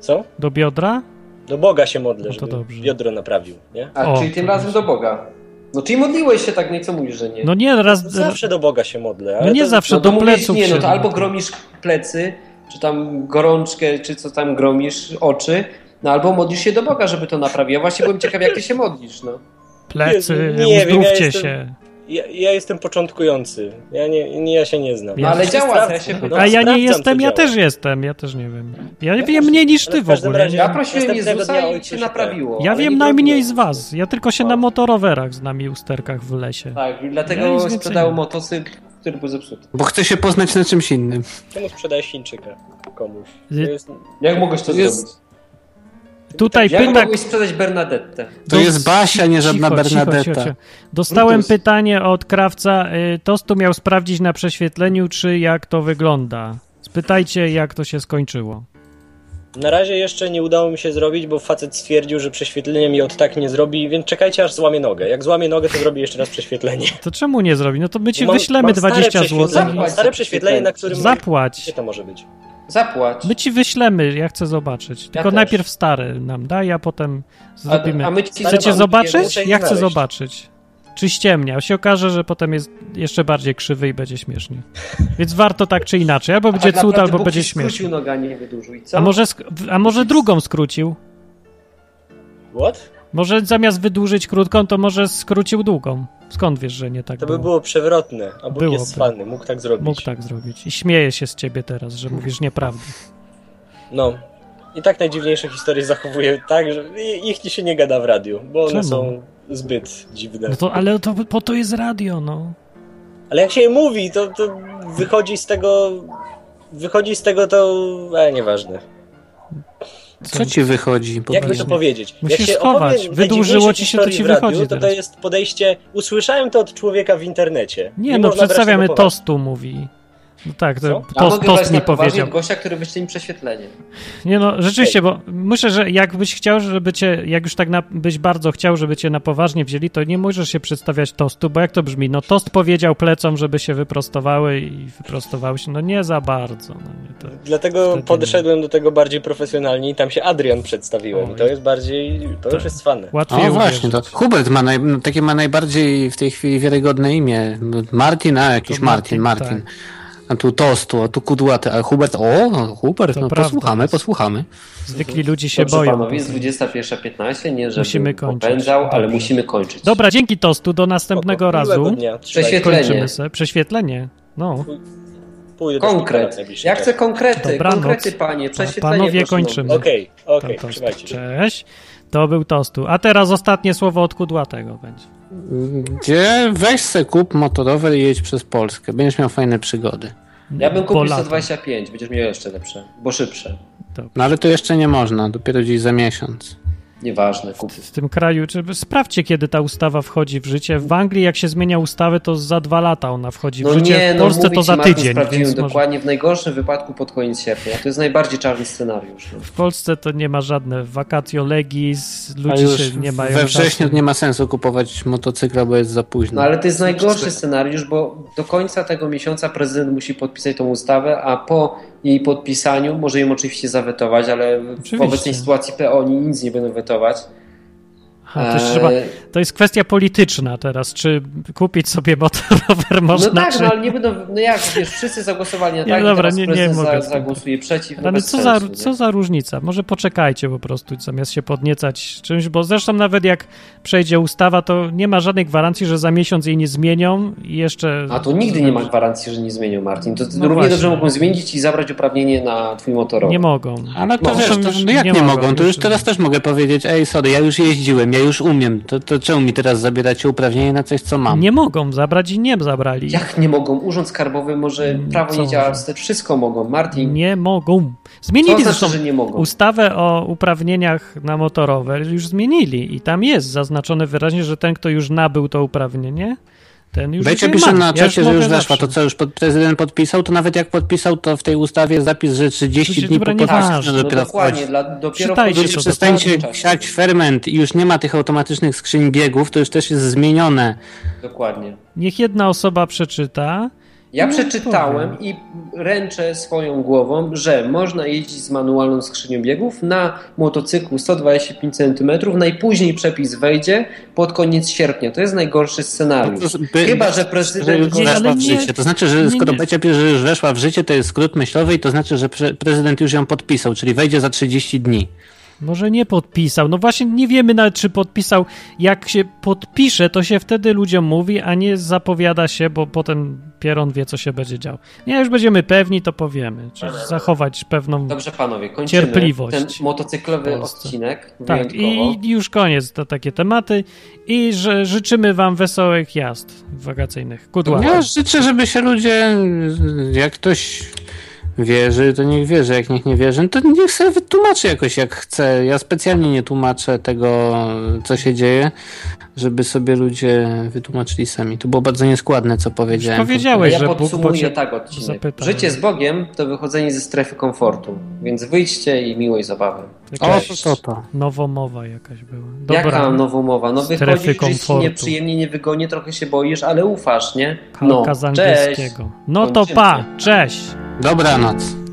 S5: Co?
S1: Do biodra?
S5: Do Boga się modlę,
S1: No to
S5: żeby
S1: dobrze.
S5: biodro naprawił, nie?
S2: A,
S1: O,
S2: czyli tym
S1: to
S2: razem do Boga. No czyli modliłeś się tak, no i co mówisz, że nie?
S1: No nie, raz...
S5: Zawsze do Boga się modlę, ale
S1: No nie
S5: to,
S1: zawsze,
S2: no to
S1: do
S2: mówisz,
S1: pleców
S2: Nie, no
S1: się-
S2: to albo gromisz plecy, czy tam gorączkę, czy co tam gromisz, oczy, no albo modlisz się do Boga, żeby to naprawił. Ja właśnie byłem ciekaw, jak ty się modlisz, no.
S1: Plecy,
S5: Nie wiem, ja
S1: uzdrówcie
S5: jestem-
S1: się.
S5: ja, ja jestem początkujący, ja nie, nie, ja się nie znam.
S1: Ja-
S2: no ale
S5: Jeszcze
S2: działa, ja
S5: sprawdzę.
S2: się
S5: No,
S1: A ja
S5: sprawdzam,
S1: nie jestem,
S5: co
S1: ja
S5: działa.
S1: też jestem, ja też nie wiem. Ja,
S5: Ja
S1: wiem
S5: też.
S1: mniej niż ty
S5: Ale w
S1: w
S5: każdym
S1: ogóle.
S5: razie-
S2: Ja prosiłem
S5: Następnego dnia
S2: Jezusa i
S5: ojciec
S2: się
S5: się
S2: naprawiło.
S1: ja
S2: ale
S1: wiem
S2: nie
S1: najmniej
S5: no.
S2: zrobiło.
S1: z was. Ja tylko się na
S2: No.
S1: motorowerach znam i usterkach w lesie.
S2: Tak, i
S1: Ja nic
S2: dlatego
S1: nie
S2: sprzedał
S1: przyjmę.
S2: motocykl, który był zepsuty.
S3: Bo chcę się poznać na czymś innym.
S5: Czemu sprzedajesz Chińczyka komuś? To
S1: Y-
S5: jest...
S2: Jak mogłeś to
S3: Jest-
S2: zrobić?
S1: Tutaj
S2: Jak
S1: pyta...
S2: mogłeś sprzedać Bernadettę?
S3: To jest Basia, nie żadna
S1: Cicho, cicho,
S3: Bernadetta. No
S1: cicho, cicho. Dostałem
S2: Brutus.
S1: pytanie od krawca. y, Tostu miał sprawdzić na prześwietleniu, czy jak to wygląda. Spytajcie, jak to się skończyło.
S5: Na razie jeszcze nie udało mi się zrobić, bo facet stwierdził, że prześwietlenie mi od tak nie zrobi, więc czekajcie aż złamie nogę. Jak złamie nogę, to zrobi jeszcze raz prześwietlenie.
S1: To czemu nie zrobi? No to my ci
S5: Mam-
S1: wyślemy
S5: mam stare
S1: 20
S5: prześwietlenie-
S1: zł.
S5: Mam stare prześwietlenie, na którym...
S1: Zapłać.
S5: Gdzie to może być?
S2: Zapłać.
S1: My ci wyślemy, ja chcę zobaczyć. Tylko
S2: też.
S1: najpierw stary nam daj, a potem zrobimy.
S2: a my ci
S1: Chcecie
S2: Stary,
S1: zobaczyć?
S5: muszę ich
S1: Ja chcę
S5: znaleźć.
S1: zobaczyć. Czy ściemniał? Się okaże, że potem jest jeszcze bardziej krzywy i będzie śmiesznie. Więc warto tak czy inaczej. Albo będzie
S2: tak
S1: cud,
S2: naprawdę
S1: albo
S2: Bóg
S1: będzie
S2: ci skrócił
S1: śmiesznie.
S2: noga, a nie wydłużył. I co?
S1: A może, sk- a może drugą skrócił?
S5: What?
S1: Może zamiast wydłużyć krótką, to może skrócił długą. Skąd wiesz, że nie tak
S5: To by
S1: było?
S5: było przewrotne, a Bóg
S1: Byłoby.
S5: jest cwany, mógł tak zrobić.
S1: Mógł tak zrobić. I śmieje się z ciebie teraz, że mówisz nieprawdę.
S5: No. I tak najdziwniejsze historie zachowuje tak, że i- ich się nie gada w radiu, bo one
S1: Czemu?
S5: są zbyt dziwne.
S1: No to, ale to, po to jest radio, no.
S5: Ale jak się je mówi, to, to wychodzi z tego... Wychodzi z tego to... E, nieważne.
S3: Co ci wychodzi? po
S5: Jak mi to
S3: prostu?
S5: powiedzieć?
S1: Musisz
S5: Jak się
S1: schować.
S5: opowiem
S1: Wydłużyło
S5: najdziwniejsze
S1: ci się, to ci
S5: historii w
S1: wychodzi
S5: radiu, to to
S1: teraz.
S5: jest podejście, usłyszałem to od człowieka w internecie.
S1: Nie,
S5: I
S1: no
S5: można brać
S1: przedstawiamy
S5: to poważnie.
S1: tostu, mówi. No tak, to,
S5: Co?
S2: A
S1: tost,
S2: mogę
S1: tost
S2: brać
S1: mi
S2: na poważnie
S1: powiedział.
S2: gościa, który wyśle mi prześwietlenie.
S1: Nie no, rzeczywiście, bo myślę, że jakbyś chciał, żeby cię, jak już tak na, byś bardzo chciał, żeby cię na poważnie wzięli, to nie możesz się przedstawiać tostu, bo jak to brzmi? No tost powiedział plecom, żeby się wyprostowały i wyprostowały się. No nie za bardzo. No, nie to.
S5: Dlatego
S1: Wtedy nie.
S5: podszedłem do tego bardziej profesjonalnie i tam się Adrian przedstawiłem.
S1: Oj. Tak.
S5: I to jest bardziej... To już jest fane.
S1: Łatwiej
S3: O No właśnie, to
S1: uwierzyć.
S3: Hubert ma naj, no, takie ma najbardziej w tej chwili wiarygodne imię. No, Martin, a jakiś
S1: To
S3: Martin,
S1: Martin,
S3: Martin. tak. A tu Tostu, a tu Kudłaty, a Hubert, o, no, Hubert,
S1: To
S3: no
S1: prawda.
S3: posłuchamy, posłuchamy.
S1: Zwykli ludzie się
S2: Dobrze,
S1: boją.
S2: panowie, jest
S1: potem.
S2: 21.15, nie żeby
S1: Musimy kończyć.
S2: popędzał, ale
S1: Dobrze.
S2: musimy kończyć.
S1: Dobra, dzięki tostu, do następnego
S5: Spoko. Miłego
S1: razu.
S5: Dnia. Trzymaj się.
S2: Prześwietlenie.
S1: Kończymy se. Prześwietlenie. No,
S5: Pójdę do szpitala w
S2: Konkret.
S5: najbliższym
S2: Ja chcę
S5: czasie.
S2: konkrety,
S1: Dobranoc.
S2: konkrety panie, prześwietlenie
S1: Panowie,
S2: proszę.
S1: kończymy.
S5: Okej, okej,
S1: tam, tam,
S5: trzymajcie się.
S1: cześć. To był tostu. A teraz ostatnie słowo od kudłatego będzie.
S3: Gdzie weź se kup motorower i jedź przez Polskę. Będziesz miał fajne przygody.
S2: Ja bym kupił
S1: Polata.
S2: 125, będziesz miał jeszcze lepsze, bo szybsze.
S3: No ale to jeszcze nie można, dopiero gdzieś za miesiąc.
S2: Nieważne, kup.
S1: w tym kraju. Czy, sprawdźcie, kiedy ta ustawa wchodzi w życie. W Anglii, jak się zmienia ustawy, to za dwa lata ona wchodzi w
S2: No
S1: życie.
S2: nie,
S1: w
S2: no
S1: Polsce
S2: mówię
S1: to
S2: ci,
S1: za
S2: Martin,
S1: tydzień.
S2: sprawdziłem
S1: Więc może
S2: dokładnie w najgorszym wypadku pod koniec sierpnia. To jest najbardziej czarny scenariusz. No.
S1: w Polsce to nie ma żadne vacatio legis,
S3: A
S1: ludzie
S3: już
S1: się nie mają
S3: we
S1: czasu.
S3: wrześniu nie ma sensu kupować motocykla, bo jest za późno.
S2: No ale to jest
S1: Znaczy,
S2: najgorszy scenariusz, bo do końca tego miesiąca prezydent musi podpisać tą ustawę, a po jej podpisaniu może ją oczywiście zawetować, ale w
S1: Oczywiście.
S2: obecnej sytuacji PO oni nic nie będą wetować.
S1: Aha, to, jest
S2: Eee,
S1: trzeba, to jest kwestia polityczna teraz. Czy kupić sobie motorower
S2: No
S1: można,
S2: tak,
S1: czy...
S2: no ale nie będą, no jak, wiesz, wszyscy zagłosowali na
S1: znaczy- Nie,
S2: tak,
S1: dobra,
S2: i teraz
S1: nie- nie
S2: prezydent
S1: mogę
S2: za,
S1: z tym.
S2: zagłosuje przeciw, no
S1: Ale
S2: bez
S1: co za,
S2: sensu, nie?
S1: co za różnica? Może poczekajcie po prostu, zamiast się podniecać czymś, bo zresztą nawet jak przejdzie ustawa, to nie ma żadnej gwarancji, że za miesiąc jej nie zmienią i jeszcze...
S2: A to nigdy nie ma gwarancji, że nie zmienią, Martin. To
S1: No
S2: równie
S1: właśnie.
S2: dobrze mogą zmienić i zabrać uprawnienie na twój motorower.
S1: Nie mogą.
S3: Ale to
S1: No,
S3: wiesz,
S1: są
S3: to,
S1: już-
S3: no jak
S1: nie
S3: nie,
S1: mogą,
S3: mogą, to już
S1: już-
S3: teraz też mogę powiedzieć, ej sorry, ja już jeździłem, ja już umiem, to, to czemu mi teraz zabieracie uprawnienie na coś, co mam?
S1: Nie mogą zabrać i nie zabrali.
S2: Jak nie mogą? Urząd Skarbowy może, prawo
S1: Mm, co
S2: nie działa,
S1: może?
S2: wstecz, wszystko mogą, Martin.
S1: Nie mogą.
S2: Co
S1: Zmienili
S2: znaczy,
S1: zresztą
S2: że nie mogą?
S1: ustawę o uprawnieniach na motorower, już zmienili i tam jest zaznaczone wyraźnie, że ten, kto już nabył to uprawnienie, ten już
S3: Becie
S1: je
S3: pisze
S1: ma.
S3: na
S1: Ja
S3: czacie, że
S1: mogę
S3: już weszła, to
S1: zawsze.
S3: co już pod, prezydent podpisał, to nawet jak podpisał, to w tej ustawie jest zapis, że 30
S1: Przecież
S3: dni po
S1: dobra,
S3: podpisaniu
S1: nieważne,
S3: że
S1: no
S2: No
S3: dopiero
S2: dokładnie,
S3: wchodzi.
S2: dla, dopiero
S1: Czytajcie
S2: wchodzi
S3: Ludzie
S1: to, tak.
S2: w
S3: przestańcie
S2: czas.
S3: siać ferment i już nie ma tych automatycznych skrzyń biegów, to już też jest zmienione.
S2: Dokładnie.
S1: Niech jedna osoba przeczyta.
S2: Ja
S1: No,
S2: przeczytałem i ręczę swoją głową, że można jeździć z manualną skrzynią biegów na motocyklu 125 cm. Najpóźniej przepis wejdzie pod koniec sierpnia. To jest najgorszy scenariusz.
S3: To by-
S2: Tak. Chyba, że
S3: że już
S2: prezydent.
S1: Nie,
S3: weszła
S1: ale
S3: w
S1: nie-
S3: życie. To znaczy, że
S1: nie,
S3: skoro
S1: nie.
S3: Becia pisze, że już weszła w życie, to jest skrót myślowy i to znaczy, że pre prezydent już ją podpisał, czyli wejdzie za 30 dni.
S1: Może nie podpisał. No właśnie nie wiemy nawet, czy podpisał. Jak się podpisze, to się wtedy ludziom mówi, a nie zapowiada się, bo potem Pieron wie, co się będzie działo. Nie, już będziemy pewni, to powiemy. Czy zachować pewną...
S2: Dobrze, panowie, kończymy
S1: Cierpliwość.
S2: ten motocyklowy
S1: W Polsce.
S2: odcinek.
S1: Tak,
S2: wyjątkowo.
S1: i już koniec to takie tematy i że życzymy wam wesołych jazd wakacyjnych. Kudła.
S3: Ja życzę, żeby się ludzie, jak ktoś wierzy, to niech wierzy, jak niech nie wierzy, no to niech sobie wytłumaczy jakoś jak chce. Ja specjalnie nie tłumaczę tego, co się dzieje, żeby sobie ludzie wytłumaczyli sami. To było bardzo nieskładne, co powiedziałem.
S1: powiedziałeś,
S2: ja
S1: że Bóg
S2: podsumuję
S1: bo cię
S2: tak odcinek.
S1: zapytał.
S2: Życie z Bogiem to wychodzenie ze strefy komfortu, więc wyjdźcie i miłej zabawy.
S3: O,
S1: Jakaś
S3: to, to, to.
S1: nowomowa jakaś była. Dobra.
S2: Jaka nowomowa? No
S1: Strefy
S2: wychodzisz, jest ci
S1: komfortu.
S2: nieprzyjemnie, niewygodnie, trochę się boisz, ale ufasz, nie?
S1: Kalka
S2: No,
S1: z
S2: cześć!
S1: angielskiego. No to
S2: Kończymy.
S1: pa, cześć!
S3: Dobranoc.